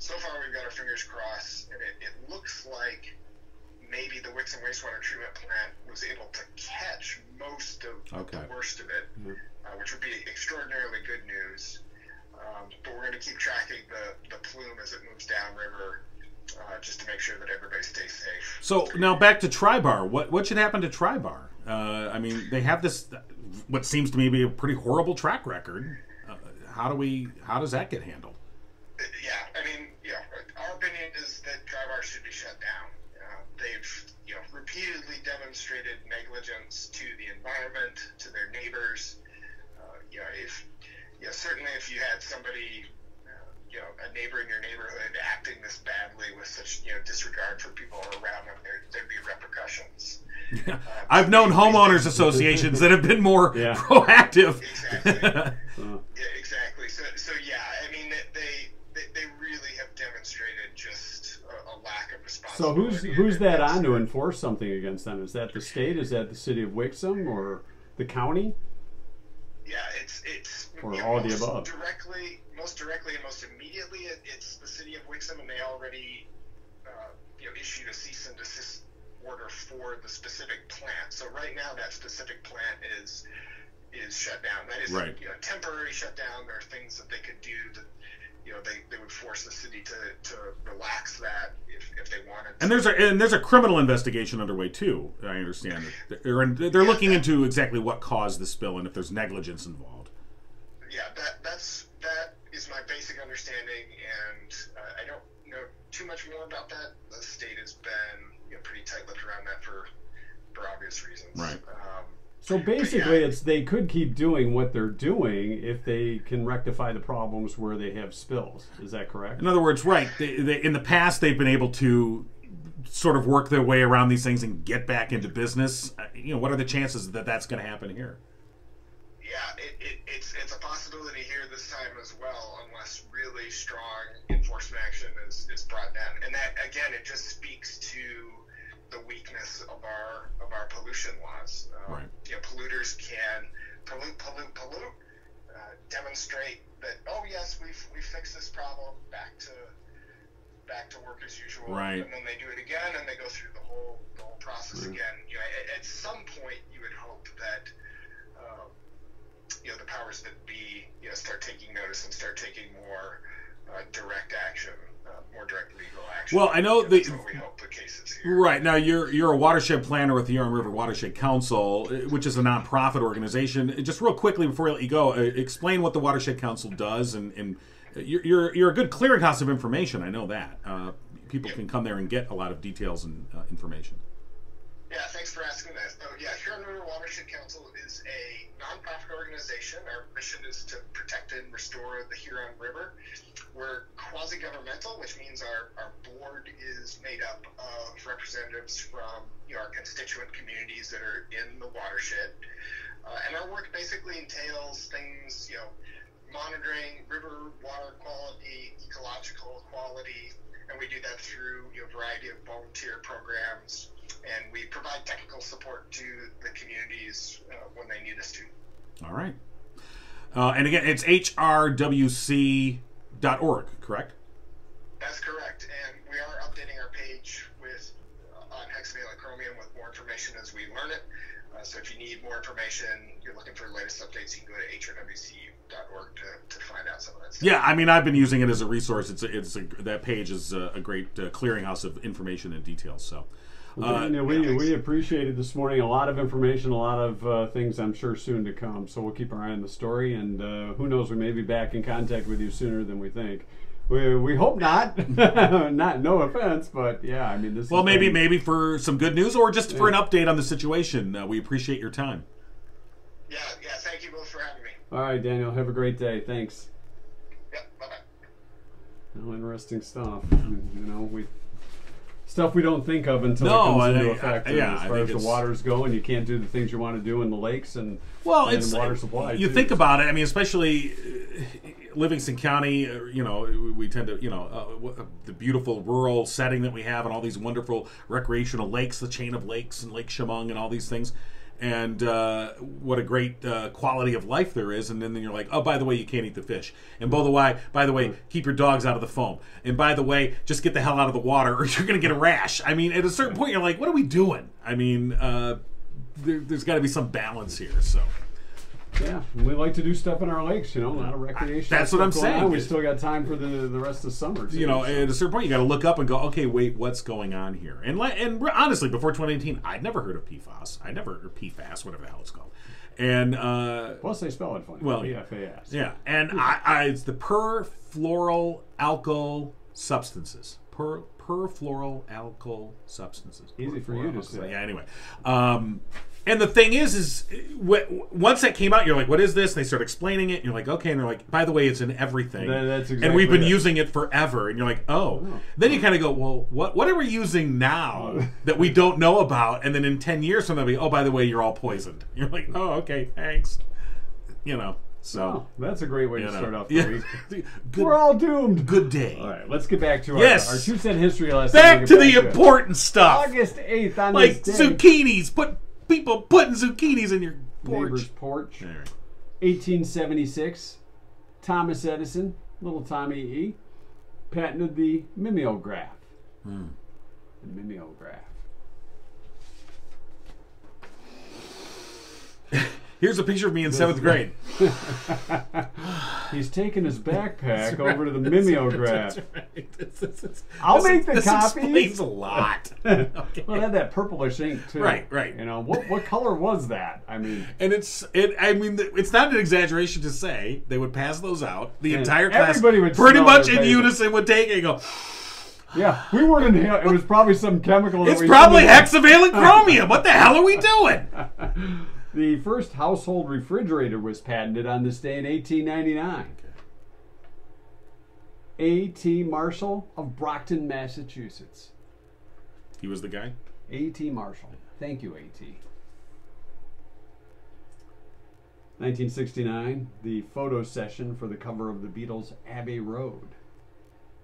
S4: so far we've got our fingers crossed, and it, it looks like maybe the Wixon wastewater treatment plant was able to catch most of
S3: Okay.
S4: the worst of it, uh, which would be extraordinarily good news. Um, but we're going to keep tracking the, the plume as it moves downriver uh, just to make sure that everybody stays safe.
S3: So now back to Tribar. What what should happen to Tribar? Uh, I mean, they have this what seems to me be a pretty horrible track record. Uh, how do we? How does that get handled?
S4: yeah, I mean, yeah, our opinion is that Drybar should be shut down. Uh, they've, you know, repeatedly demonstrated negligence to the environment, to their neighbors. Uh, you know, if, you know, certainly if you had somebody, uh, you know, a neighbor in your neighborhood acting this badly with such, you know, disregard for people around them, there, there'd be repercussions. Uh,
S3: I've known homeowners associations that have been more
S2: Yeah.
S3: proactive.
S4: Exactly.
S2: Uh,
S4: Yeah, exactly. So, so yeah, I mean, they they, they really have demonstrated just a, a lack of
S2: so
S4: responsibility.
S2: who's who's that on to enforce something against them? Is that the state? Is that the city of Wixom or the county?
S4: Yeah, it's it's
S2: Or
S4: you know,
S2: all the
S4: most
S2: above?
S4: Directly, most directly, and most immediately, it, it's the city of Wixom, and they already uh, you know issued a cease and desist order for the specific plant. So right now, that specific plant is is shut down. That is
S3: Right.
S4: you know, temporary shutdown. There are things that they could do that you know they, they would force the city to, to relax that if, if they wanted.
S3: And
S4: to.
S3: there's a and there's a criminal investigation underway too. I understand that they're, they're looking into exactly what caused the spill and if there's negligence involved.
S4: yeah, that that's that is my basic understanding, and uh, I don't know too much more about that. The state has been you know, pretty tight-lipped around that for for obvious reasons.
S3: Right.
S4: Um,
S2: So basically, it's they could keep doing what they're doing if they can rectify the problems where they have spills. Is that correct?
S3: In other words, right? They, they, in the past, they've been able to sort of work their way around these things and get back into business. Uh, You know, what are the chances that that's going to happen here?
S4: yeah, it, it, it's it's a possibility here this time as well, unless really strong enforcement action is, is brought down. And that again, it just speaks to the weakness of our of our pollution laws. Um,
S3: Right.
S4: You know, polluters can pollute, pollute, pollute. Uh, demonstrate that oh yes, we've we fixed this problem. Back to back to work as usual.
S3: Right.
S4: And then they do it again, and they go through the whole the whole process again. You know, at, at some point, you would hope that. Um, you know the powers that be you know start taking notice and start taking more uh, direct action, uh, more direct legal action.
S3: Well, I know
S4: You that's
S3: the-
S4: what we hope the case is here.
S3: Right now, you're you're a watershed planner with the Yarm River Watershed Council, uh, which is a nonprofit organization. Uh, Just real quickly before I let you go, uh, explain what the Watershed Council does, and and uh, you're you're, you're a good clearinghouse of information. I know that uh, people can come there and get a lot of details and uh, information.
S4: Yeah, thanks for asking that. So, yeah, Huron River Watershed Council is a nonprofit organization. Our mission is to protect and restore the Huron River. We're quasi governmental, which means our, our board is made up of representatives from you know, our constituent communities that are in the watershed. Uh, and our work basically entails things, you know, monitoring river water quality, ecological quality, and we do that through you know, a variety of volunteer programs. And we provide technical support to the communities uh, when they need us to.
S3: All right. Uh, and again, it's hrwc.org, correct?
S4: That's correct. And we are updating our page with uh, on hexavalent chromium with more information as we learn it. Uh, so if you need more information, you're looking for the latest updates, you can go to hrwcu.org to, to find out some of that stuff.
S3: Yeah, I mean, I've been using it as a resource. It's a, it's a, that page is a, a great uh, clearinghouse of information and details. So, uh,
S2: Daniel, we, we appreciated this morning a lot of information, a lot of uh, things I'm sure soon to come. So we'll keep our eye on the story, and uh, who knows, we may be back in contact with you sooner than we think. We, we hope not. not no offense, but yeah, I mean this.
S3: well,
S2: has
S3: maybe
S2: been-
S3: maybe for some good news or just for an update on the situation. Uh, we appreciate your time.
S4: Yeah, yeah. Thank you both for having me.
S2: All right, Daniel, have a great day. Thanks.
S4: Yep. Bye bye.
S2: Well, interesting stuff. You know, we stuff we don't think of until
S3: No,
S2: it comes
S3: I-
S2: into
S3: I-
S2: effect. and
S3: yeah,
S2: as
S3: I
S2: far
S3: think
S2: as the
S3: it's-
S2: waters go, and you can't do the things you want to do in the lakes and
S3: Well,
S2: and
S3: it's
S2: water supply.
S3: You
S2: too.
S3: think about it. I mean, especially uh, Livingston County. uh, You know, we- we tend to, you know, uh, w- uh, the beautiful rural setting that we have, and all these wonderful recreational lakes, the chain of lakes, and Lake Chemung, and all these things. And uh, what a great uh, quality of life there is, and then you're like, oh, by the way, you can't eat the fish. And by the way, by the way, keep your dogs out of the foam. And by the way, just get the hell out of the water, or you're gonna get a rash. I mean, at a certain point, you're like, what are we doing? I mean, uh, there, there's got to be some balance here. So,
S2: Yeah, and we like to do stuff in our lakes, you know, a lot of recreation.
S3: That's what I'm
S2: stuff going on.
S3: saying.
S2: We still got time for the the rest of summer. too,
S3: you know,
S2: so.
S3: at a certain point, you got to look up and go, okay, wait, what's going on here? And li- and re- honestly, before 2018, I'd never heard of PFAS. I never or PFAS, whatever the hell it's called. And uh,
S2: plus they spell it funny.
S3: Well, yeah.
S2: PFAS.
S3: yeah, and I, I it's the perfluoral alkyl substances. Per perfluoral alkyl substances.
S2: Easy for you to
S3: Perfluoral-
S2: say.
S3: Yeah. Anyway, um, and the thing is, is w- once that came out, you're like, what is this? And they start explaining it. And you're like, okay. And they're like, by the way, it's in everything.
S2: Tha- that's
S3: and we've
S2: exactly
S3: been
S2: it.
S3: using it forever. And you're like, oh. Then you kind of go, well, what what are we using now that we don't know about? And then in ten years from now, be, oh, by the way, you're all poisoned. You're like, oh, okay, thanks. You know, so
S2: Oh, that's a great way
S3: you
S2: to
S3: know.
S2: start off the
S3: Yeah.
S2: week.
S3: good,
S2: We're all doomed.
S3: good day.
S2: All right, let's get back to our,
S3: Yes.
S2: our two cent history lesson.
S3: Back
S2: We'll
S3: to
S2: get
S3: the
S2: back it.
S3: important stuff,
S2: August 8th on
S3: like
S2: this day,
S3: zucchinis. Put people putting zucchinis in your
S2: neighbor's
S3: porch.
S2: porch.
S3: All right.
S2: 1876, Thomas Edison, little Tommy E, patented the mimeograph.
S3: Hmm.
S2: The mimeograph.
S3: Here's a picture of me in seventh grade.
S2: He's taking his backpack over to the mimeograph. I'll
S3: I'll
S2: make the
S3: this
S2: copies.
S3: Explains a lot. Okay.
S2: Well, it had that purplish ink too.
S3: Right, right.
S2: You know what? What color was that? I mean,
S3: And it's it. I mean, th- it's not an exaggeration to say they would pass those out. The
S2: And
S3: entire class,
S2: everybody would
S3: pretty
S2: smell
S3: much
S2: their
S3: in
S2: paper.
S3: unison, would take it and go.
S2: yeah, we weren't in. It was probably some chemical. that
S3: It's
S2: we-
S3: probably hexavalent chromium. What the hell are we doing?
S2: The first household refrigerator was patented on this day in 1899. A.T. Marshall of Brockton, Massachusetts.
S3: He was the guy.
S2: A.T. Marshall. Thank you, A.T. 1969, the photo session for the cover of the Beatles' Abbey Road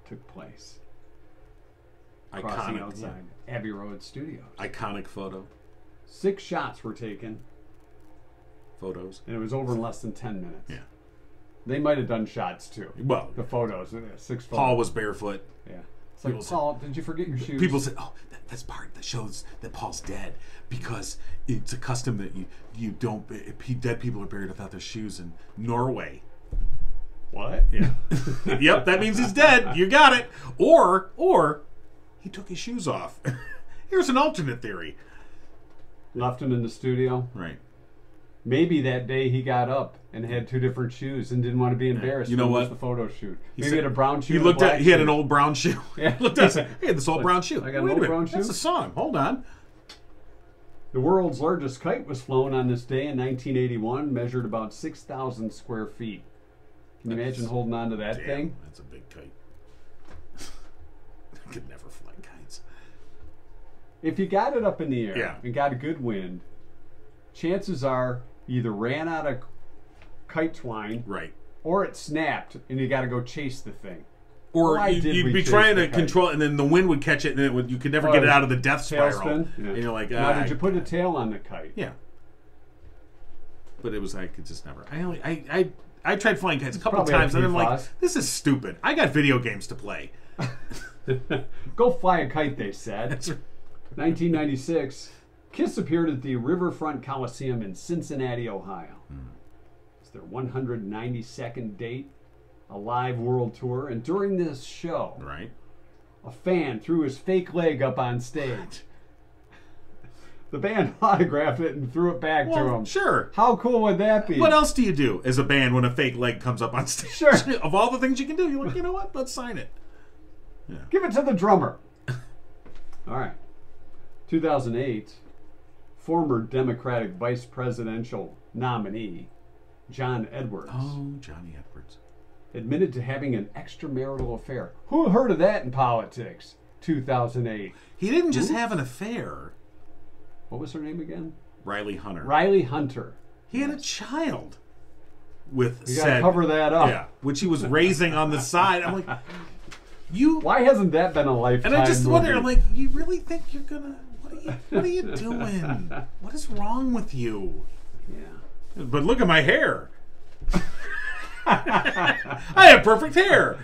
S2: took place. Crossing
S3: Iconic.
S2: outside Abbey Road Studios.
S3: Iconic photo.
S2: Six shots were taken,
S3: Photos.
S2: and it was over in less than 10 minutes.
S3: Yeah.
S2: They might have done shots too.
S3: Well,
S2: The photos, uh, six photos.
S3: Paul was barefoot.
S2: Yeah. It's like,
S3: People say-
S2: Paul, did you forget your shoes?
S3: People say, "Oh, that, that's part that shows that Paul's dead because it's a custom that you you don't if he- dead people are buried without their shoes in Norway."
S2: what?
S3: Yeah. yep, that means he's dead. You got it. Or or he took his shoes off. Here's an alternate theory.
S2: Left him in the studio.
S3: Right.
S2: Maybe that day he got up and had two different shoes and didn't want to be embarrassed.
S3: You know
S2: when it was
S3: what?
S2: The photo shoot. Maybe
S3: said-
S2: he had a brown shoe.
S3: He
S2: and a
S3: looked at
S2: black
S3: he had
S2: shoe.
S3: an old brown shoe.
S2: Yeah.
S3: He looked at it, said, Hey, this old brown shoe.
S2: I got an
S3: Wait a
S2: old
S3: minute.
S2: brown
S3: That's
S2: shoe?
S3: a song. Hold on.
S2: The world's largest kite was flown on this day in 1981, measured about 6,000 square feet. Can you imagine holding on to that
S3: Damn,
S2: thing?
S3: That's a big kite. I could never fly kites.
S2: If you got it up in the air
S3: Yeah.
S2: and got a good wind, chances are you either ran out of kite twine
S3: Right.
S2: or it snapped and you got to go chase the thing.
S3: Or
S2: Why
S3: you,
S2: did we
S3: you'd be
S2: chase
S3: trying
S2: the
S3: to
S2: kite?
S3: control, and then the wind would catch it, and then it would, you could never get it out of the death spiral.
S2: Tailspin.
S3: And you're like,
S2: now
S3: ah,
S2: did you put a tail on the kite?
S3: Yeah. But it was I could just never. I only I I, I tried flying kites a couple
S2: probably
S3: times
S2: a
S3: and I'm like,
S2: PFAS.
S3: this is stupid. I got video games to play.
S2: Go fly a kite, they said. 1996, Kiss appeared at the Riverfront Coliseum in Cincinnati, Ohio.
S3: Hmm.
S2: It's their 192nd date, a live world tour, and during this show,
S3: right.
S2: a fan threw his fake leg up on stage. The band autographed it and threw it back to
S3: Well,
S2: him.
S3: sure.
S2: How cool would that be?
S3: What else do you do as a band when a fake leg comes up on stage?
S2: Sure.
S3: of all the things you can do, you're like, you know what? Let's sign it.
S2: Give it to the drummer. All right. 2008, former Democratic vice presidential nominee John Edwards
S3: Oh, Johnny Edwards.
S2: admitted to having an extramarital affair. Who heard of that in politics? 2008.
S3: He didn't just have an affair.
S2: What was her name again?
S3: Riley Hunter.
S2: Riley Hunter.
S3: He had a child with
S2: You gotta
S3: said
S2: cover that up.
S3: yeah, which he was raising on the side. I'm like, you.
S2: Why hasn't that been a lifetime?
S3: And I just wonder.
S2: movie?
S3: I'm like, you really think you're gonna? What are you? What are you doing? What is wrong with you?
S2: yeah.
S3: But look at my hair. I have perfect hair.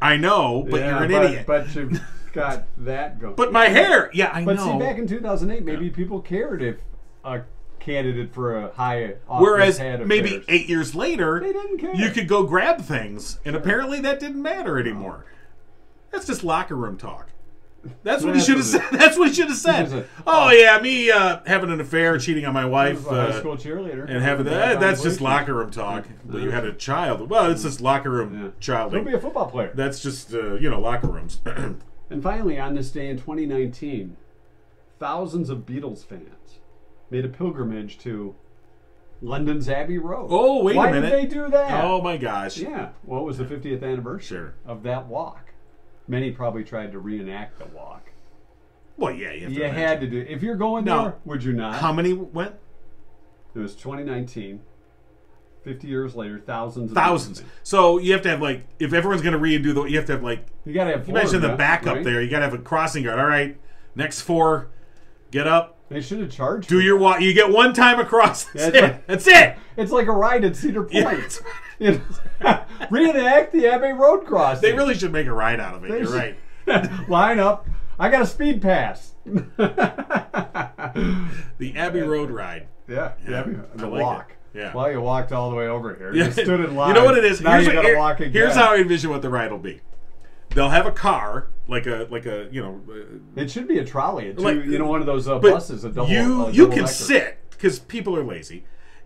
S3: I know, but
S2: Yeah,
S3: you're an
S2: but,
S3: idiot. But,
S2: But you've got that going.
S3: my hair. Yeah, I
S2: But
S3: know.
S2: see, back in 2008, maybe people cared if a candidate for a high office
S3: Whereas
S2: had
S3: maybe
S2: affairs.
S3: eight years later,
S2: They didn't care.
S3: you could go grab things, and apparently that didn't matter anymore. That's just locker room talk. That's what he
S2: That's
S3: should have
S2: what it
S3: said. That's what he should have
S2: He
S3: said.
S2: should've
S3: Oh yeah, me uh, having an affair, cheating on my
S2: He was
S3: wife,
S2: a high
S3: uh,
S2: school cheerleader
S3: and having
S2: Bad
S3: that, that's just
S2: vibration.
S3: locker room talk. But you had a child. Well, it's just locker
S2: Yeah.
S3: room child.
S2: Don't be a football player.
S3: That's just uh, you know locker rooms.
S2: And finally, on this day in 2019, thousands of Beatles fans made a pilgrimage to London's Abbey Road.
S3: Oh, wait a
S2: Why
S3: minute.
S2: did they do that?
S3: oh my gosh.
S2: yeah. Well, it was the 50th anniversary
S3: Sure.
S2: of that walk. Many probably tried to reenact the walk.
S3: Well, yeah. You, have to
S2: You
S3: imagine.
S2: had to do. If you're going
S3: No.
S2: there, would you not?
S3: How many went?
S2: It was 2019. 50 years later, thousands. of
S3: Thousands.
S2: Beatles fans.
S3: So you have to have like if everyone's gonna redo the, you have to have like
S2: You gotta have.
S3: You
S2: four,
S3: mentioned the
S2: yeah,
S3: backup
S2: right?
S3: there. You got to have a crossing guard. All right, next four, get up,
S2: They should have charged.
S3: do
S2: you.
S3: your walk. You get one time across. That's
S2: That's
S3: it.
S2: right.
S3: That's it.
S2: It's like a ride at Cedar
S3: Yeah,
S2: Point.
S3: that's right.
S2: You know, Reenact the Abbey Road crossing.
S3: They really should make a ride out of it.
S2: They
S3: You're
S2: should.
S3: right.
S2: line up. I got a speed pass. yeah,
S3: The Abbey Road ride.
S2: yeah,
S3: I
S2: the
S3: like it.
S2: walk.
S3: Yeah.
S2: Well, you walked all the way over here. You stood in line.
S3: You know what it is.
S2: Now
S3: here's
S2: you
S3: what-
S2: gotta
S3: here-
S2: walk again.
S3: here's how I envision what the ride will be. They'll have a car, like a like a you know, uh,
S2: it should be a trolley. A two,
S3: Like-
S2: you know, one of those uh,
S3: but
S2: buses. A double.
S3: you
S2: a
S3: you
S2: double
S3: can
S2: decker.
S3: sit because people are lazy,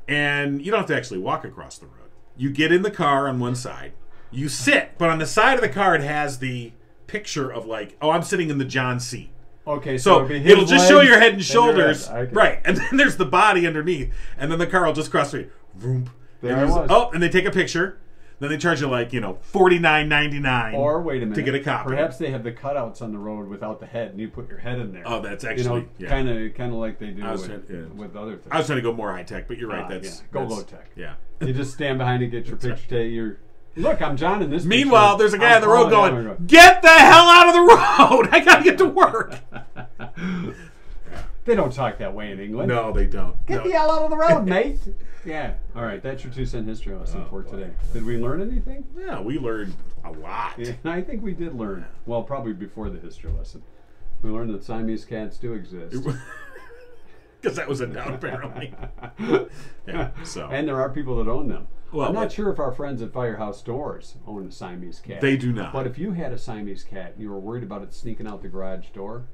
S3: and you don't have to actually walk across the road. You get in the car on one side, you sit, but on the side of the car it has the picture of like, oh, I'm sitting in the John seat.
S2: Okay, so,
S3: So
S2: it'd be his
S3: it'll just show
S2: legs
S3: your head and
S2: and your
S3: shoulders,
S2: head. Okay.
S3: right? And then there's the body underneath, and then the car will just cross the room.
S2: There it was.
S3: Oh, and they take a picture. Then they charge you like you know forty nine ninety nine.
S2: Or wait a minute.
S3: to get a copy.
S2: Perhaps they have the cutouts on the road without the head, and you put your head in there.
S3: Oh, that's
S2: you
S3: actually-
S2: know,
S3: yeah.
S2: kind of kind of like they do
S3: I was
S2: with,
S3: trying- yeah.
S2: with other things.
S3: I was trying to go more high tech, but you're right.
S2: Ah,
S3: that's
S2: yeah. Go
S3: that's-
S2: low tech.
S3: Yeah.
S2: you just stand behind and get your picture. taken. Your look, I'm John in this. picture.
S3: Meanwhile, there's a guy
S2: I'm
S3: on the road
S2: falling down
S3: going,
S2: the road.
S3: "Get the hell out of the road! I gotta get to work."
S2: They don't talk that way in England.
S3: No, they don't.
S2: Get
S3: No.
S2: the hell out of the road, mate. yeah. All right, that's your two cent history lesson for
S3: Oh, boy.
S2: today. Did we learn anything?
S3: Yeah, we learned a lot.
S2: Yeah, I think we did learn. Well, probably before the history lesson. We learned that Siamese cats do exist.
S3: Because that was a doubt, apparently. yeah, so
S2: And there are people that own them.
S3: Well,
S2: I'm not
S3: but-
S2: sure if our friends at Firehouse Doors own a Siamese cat.
S3: They do not.
S2: But if you had a Siamese cat and you were worried about it sneaking out the garage door,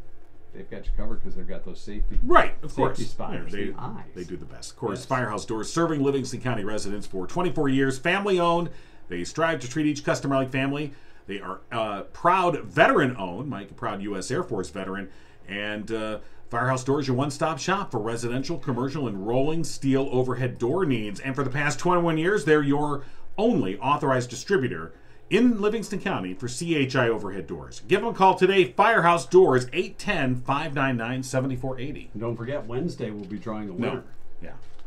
S2: they've got you covered because they've got those safety.
S3: Right, of course.
S2: spotters,
S3: they,
S2: the eyes.
S3: they do the best. Of course, Firehouse Doors serving Livingston County residents for 24 years, family owned. They strive to treat each customer like family. They are uh, proud veteran owned, Mike, a proud U.S. Air Force veteran. And uh, Firehouse Doors, your one stop shop for residential, commercial, and rolling steel overhead door needs. And for the past 21 years, they're your only authorized distributor in Livingston County for CHI overhead doors. Give them a call today, Firehouse Doors, 810 599 7480.
S2: And don't forget, Wednesday we'll be drawing a winner.
S3: No.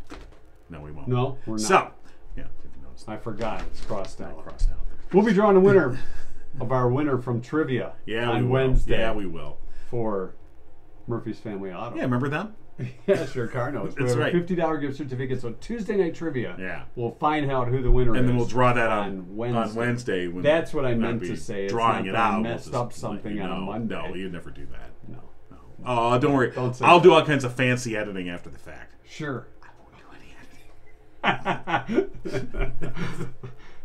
S3: Yeah. No, we won't.
S2: No, we're not.
S3: So, yeah, if you notice,
S2: I forgot. It's crossed out.
S3: crossed out.
S2: We'll be drawing a winner of our winner from trivia
S3: Yeah, we
S2: on
S3: will.
S2: Wednesday
S3: Yeah, we will.
S2: for Murphy's Family Auto.
S3: Yeah, remember them?
S2: Yeah, sure, car knows. We
S3: That's
S2: have a
S3: right.
S2: Fifty dollar gift certificate. So Tuesday night trivia.
S3: Yeah.
S2: We'll find out who the winner is,
S3: And then we'll draw that out
S2: on Wednesday.
S3: On Wednesday when
S2: That's what I
S3: that'll
S2: meant
S3: be
S2: to say. It's
S3: drawing
S2: not
S3: it
S2: that I
S3: out.
S2: messed
S3: just
S2: up
S3: let
S2: something
S3: you
S2: on a
S3: know.
S2: Monday.
S3: No, you never do that.
S2: No.
S3: Oh, don't worry.
S2: Don't say
S3: I'll
S2: that.
S3: do all kinds of fancy editing after the fact.
S2: Sure.
S3: I won't do any editing.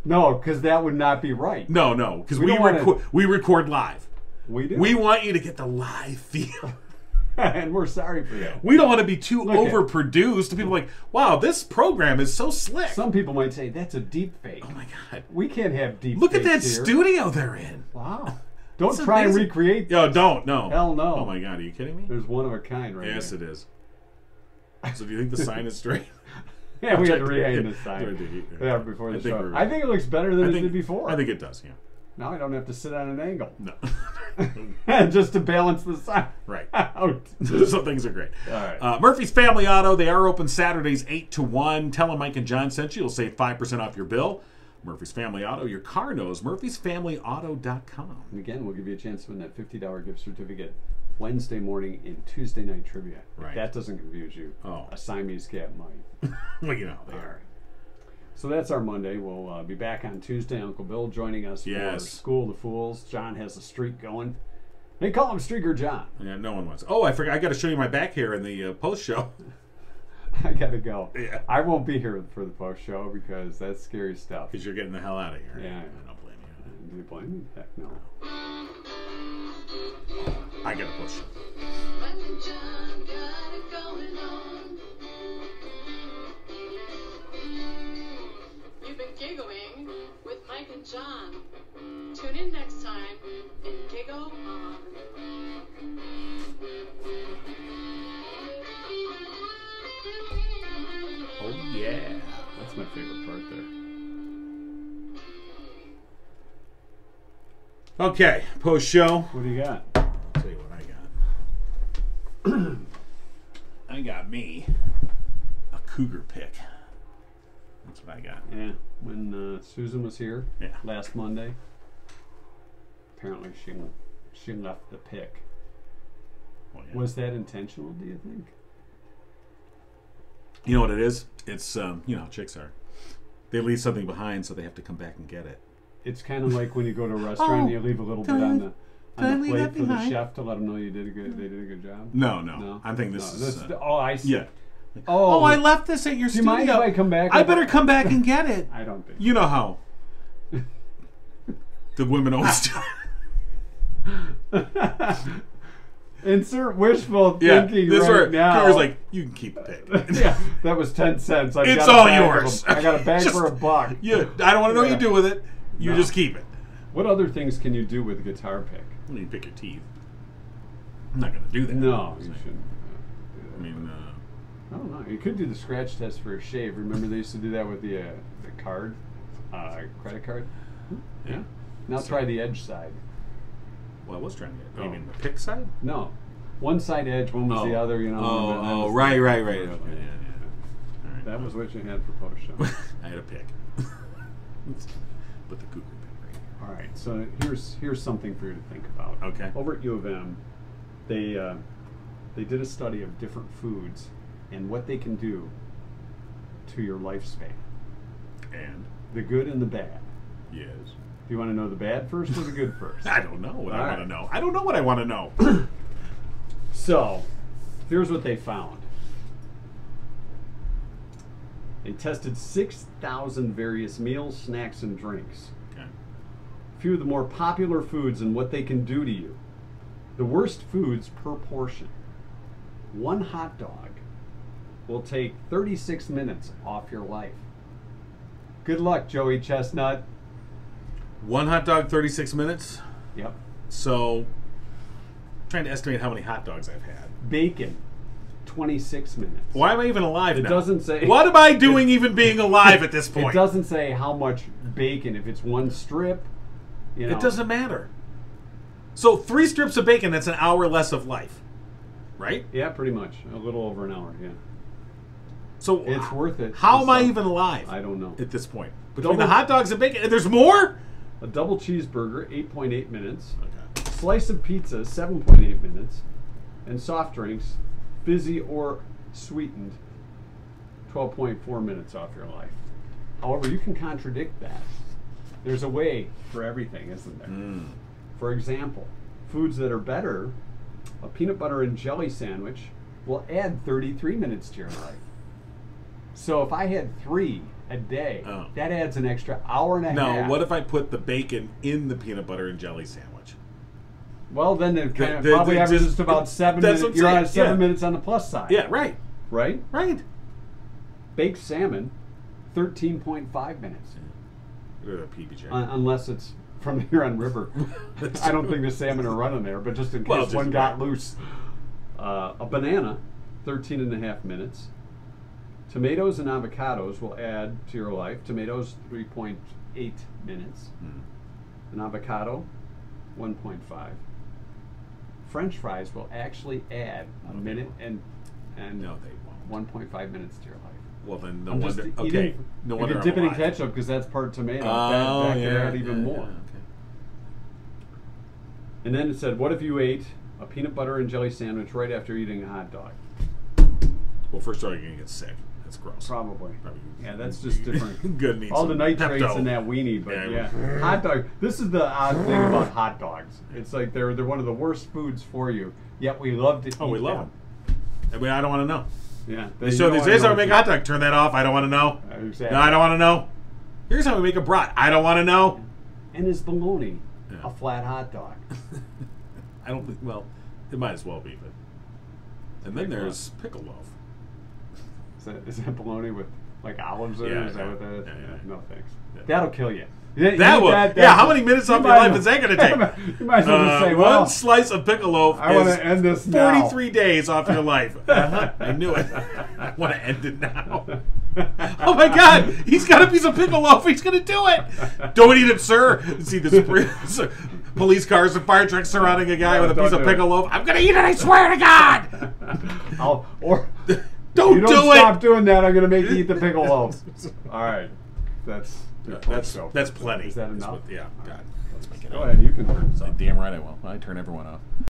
S2: No, because that would not be right.
S3: No, no, because
S2: We
S3: we,
S2: don't wanna-
S3: record we record live.
S2: We do.
S3: We want you to get the live feel.
S2: and we're sorry for that.
S3: We don't want to be too
S2: Look at-
S3: overproduced. to People like, wow, this program is so slick.
S2: Some people might say that's a deep fake.
S3: oh my god,
S2: We can't have deep.
S3: look at that
S2: fakes here.
S3: studio they're in.
S2: Wow. Don't
S3: That's
S2: try
S3: amazing.
S2: and recreate.
S3: Yo, don't no.
S2: Hell no.
S3: Oh my god, are you kidding me?
S2: There's one of a kind right
S3: Yes,
S2: there.
S3: it is. So do you think the sign is straight?
S2: Yeah, we had to rehang this
S3: Yeah,
S2: time.
S3: yeah.
S2: Yeah, before the
S3: I think
S2: show.
S3: we're-
S2: I think it looks better than
S3: I
S2: it did
S3: think
S2: before.
S3: I think it does. Yeah.
S2: now I don't have to sit on an angle.
S3: No.
S2: just to balance the sign
S3: Right.
S2: out.
S3: so things are great.
S2: All right.
S3: Uh, Murphy's Family Auto, they are open Saturdays 8 to 1. Tell them Mike and John sent you. You'll save 5% off your bill. Murphy's Family Auto, your car knows. Murphy'sFamilyAuto.com.
S2: And again, we'll give you a chance to win that $50 gift certificate Wednesday morning in Tuesday night trivia.
S3: Right.
S2: That doesn't confuse you.
S3: Oh.
S2: A Siamese cat might.
S3: Well, you know, they are.
S2: So that's our Monday. We'll uh, be back on Tuesday. Uncle Bill joining us
S3: Yes.
S2: for School of the Fools. John has a streak going. They call him Streaker John.
S3: Yeah, no one wants. Oh, I forgot. I got to show you my back hair in the uh, post show.
S2: I gotta go.
S3: Yeah.
S2: I won't be here for the post show because that's scary stuff.
S3: Because you're getting the hell out of here.
S2: Yeah.
S3: I don't blame you.
S2: Do you blame me? Heck no.
S3: I got to push.
S1: Michael John got it going on.
S5: You've been giggling with Mike and John. Tune in next time and giggle on.
S3: Oh, yeah.
S2: That's my favorite part there.
S3: Okay, post show.
S2: What do you got?
S3: I'll tell you what I got. I got me a cougar pick. That's what I got.
S2: Yeah. When uh, Susan was here
S3: Yeah.
S2: last Monday, apparently she she left the pick.
S3: Well, Oh, yeah.
S2: Was that intentional? Do you think?
S3: You know what it is? It's um, you know how chicks are. They leave something behind, so they have to come back and get it.
S2: It's kind of like when you go to a restaurant
S3: Oh,
S2: and you leave a little bit on the on the plate for the chef to let them know you did a good
S3: Mm.
S2: they did a good job.
S3: No, no.
S2: No,
S3: I'm thinking
S2: No,
S3: this is.
S2: that's
S3: uh,
S2: the- oh, I see.
S3: yeah.
S2: Oh,
S3: Oh, I left this at your
S2: Do you
S3: studio.
S2: mind if I come back?
S3: I better come back and get it.
S2: I don't think.
S3: You know how the women always do.
S2: Insert wishful
S3: yeah,
S2: thinking
S3: this
S2: right
S3: where
S2: now.
S3: Cougar's like, you can keep the pick.
S2: yeah, that was ten cents. I've
S3: It's
S2: got a
S3: all
S2: bag of
S3: yours.
S2: them. I got a bag
S3: Just-
S2: for a buck.
S3: You, I don't want to know what you
S2: Yeah.
S3: do with it. You
S2: No.
S3: just keep it.
S2: What other things can you do with a guitar pick?
S3: Well, you pick your teeth. I'm not gonna do that.
S2: No, you shouldn't.
S3: I mean, uh,
S2: I don't know. You could do the scratch test for a shave. Remember they used to do that with the uh, the card, uh, credit card. Yeah. Now try the edge side.
S3: well, I was trying to get.
S2: Oh.
S3: You mean the pick side?
S2: No, one side edge, one was the other. You know.
S3: Oh,
S2: and that
S3: oh,
S2: was-
S3: right, right, right.
S2: Yeah.
S3: Okay, yeah, yeah. All right.
S2: That was what you had for post show.
S3: I had a pick. Put the cougar pick right here.
S2: All right, so here's here's something for you to think about.
S3: Okay.
S2: Over at U of M, they uh, they did a study of different foods and what they can do to your lifespan,
S3: And
S2: the good and the bad.
S3: yes,
S2: Do you want to know the bad first or the good first?
S3: I don't know what I
S2: All
S3: want to
S2: right.
S3: know. I don't know what I want to know.
S2: So, here's what they found. They tested 6,000 various meals, snacks, and drinks.
S3: okay.
S2: Few of the more popular foods and what they can do to you. The worst foods per portion. One hot dog will take 36 minutes off your life. Good luck, Joey Chestnut.
S3: One hot dog, thirty-six minutes.
S2: Yep.
S3: So, trying to estimate how many hot dogs I've had.
S2: Bacon, 26 minutes.
S3: Why am I even alive
S2: It
S3: now?
S2: doesn't say-
S3: What am I doing even being alive at this point?
S2: It doesn't say how much bacon, if it's one strip. You know,
S3: It doesn't matter. So three strips of bacon, that's an hour less of life. Right?
S2: Yeah, pretty much. A little over an hour, yeah.
S3: So
S2: It's worth it.
S3: How am I
S2: It's-
S3: even alive?
S2: I don't know.
S3: At this point. Between the
S2: Double-
S3: hot dogs and bacon. And there's more?
S2: A double cheeseburger, 8.8 minutes.
S3: Okay.
S2: Slice of pizza, 7.8 minutes. And soft drinks, fizzy or sweetened, 12.4 minutes off your life. However, you can contradict that. There's a way for everything, isn't there?
S3: Mm.
S2: For example, foods that are better, a peanut butter and jelly sandwich will add 33 minutes to your life. So if I had three a day,
S3: Oh.
S2: that adds an extra hour and a
S3: Now,
S2: half.
S3: what if I put the bacon in the peanut butter and jelly sandwich?
S2: Well, then it kind of
S3: the-
S2: probably
S3: the-
S2: averages
S3: just-
S2: to about seven.
S3: that's what
S2: minutes.
S3: I'm
S2: You're on
S3: saying,
S2: seven
S3: yeah.
S2: minutes on the plus side.
S3: Yeah, right.
S2: Right.
S3: Right.
S2: Baked salmon, thirteen point five minutes,
S3: Or the PBJ.
S2: un- unless it's from the Huron River.
S3: Hmm.
S2: I don't think the salmon are running there, but just in case
S3: Well, just-
S2: one got loose. Uh, a banana, 13 and a half minutes. Tomatoes and avocados will add to your life. Tomatoes, 3.8 minutes.
S3: Hmm.
S2: An avocado, 1.5. French fries will actually add a minute and and
S3: No, they won't.
S2: 1.5 minutes to your life.
S3: Well, then no
S2: I'm just
S3: wonder.
S2: eating-
S3: Okay, no
S2: if
S3: wonder.
S2: you
S3: I'm
S2: dip it in
S3: alive.
S2: ketchup because that's part tomato.
S3: Oh,
S2: that that could
S3: yeah,
S2: add even
S3: yeah,
S2: more.
S3: yeah, okay.
S2: And then it said, "What if you ate a peanut butter and jelly sandwich right after eating a hot dog?"
S3: Well, first of all, you're gonna get sick. That's gross.
S2: Probably.
S3: Probably.
S2: Yeah, that's just different.
S3: Good needs
S2: All the
S3: some
S2: nitrates
S3: Pepto.
S2: in that weenie, but
S3: Yeah,
S2: yeah,
S3: it
S2: hot dog. This is the odd thing about hot dogs. It's like they're they're one of the worst foods for you. Yet we love to.
S3: Oh,
S2: eat
S3: we love
S2: them.
S3: them. I mean, I don't want to know.
S2: Yeah.
S3: They show
S2: you
S3: these
S2: know
S3: here's
S2: I
S3: how we
S2: know
S3: make a hot dog. Turn that off. I don't want to know.
S2: Uh, exactly.
S3: No, I don't want to know. Here's how we make a brat. I don't want to know.
S2: And is bologna
S3: Yeah.
S2: a flat hot dog?
S3: I don't think. Well, it might as well be, but. And then there's pickle loaf.
S2: Is that, is that bologna with like olives in
S3: Yeah,
S2: it? Is that
S3: yeah,
S2: what that is?
S3: yeah, yeah.
S2: No thanks.
S3: Yeah.
S2: That'll kill you.
S3: That
S2: you-
S3: will. yeah. How many
S2: you
S3: minutes off your
S2: might
S3: life
S2: as-
S3: is that going to take?
S2: you might as well just
S3: Uh,
S2: say,
S3: one
S2: well,
S3: slice of pickle loaf.
S2: I wanna
S3: is
S2: end this now.
S3: Forty-three days off your life. Uh-huh, I knew it. I want to end it now. Oh my God! He's got a piece of pickle loaf. He's gonna do it. Don't eat it, sir. See this police- police cars and fire trucks surrounding a guy
S2: No,
S3: with a
S2: don't
S3: piece of
S2: do it.
S3: pickle loaf. I'm gonna eat it. I swear to God.
S2: I'll, or
S3: Don't
S2: you don't
S3: do
S2: stop
S3: it.
S2: doing that. I'm gonna make you eat the pickle loaf. All right, that's
S3: That's
S2: so.
S3: that's plenty.
S2: Is that
S3: That's
S2: enough?
S3: what- yeah. God. Let's make it
S2: Go
S3: up.
S2: ahead, you can turn this off.
S3: Damn right I will. I turn everyone off.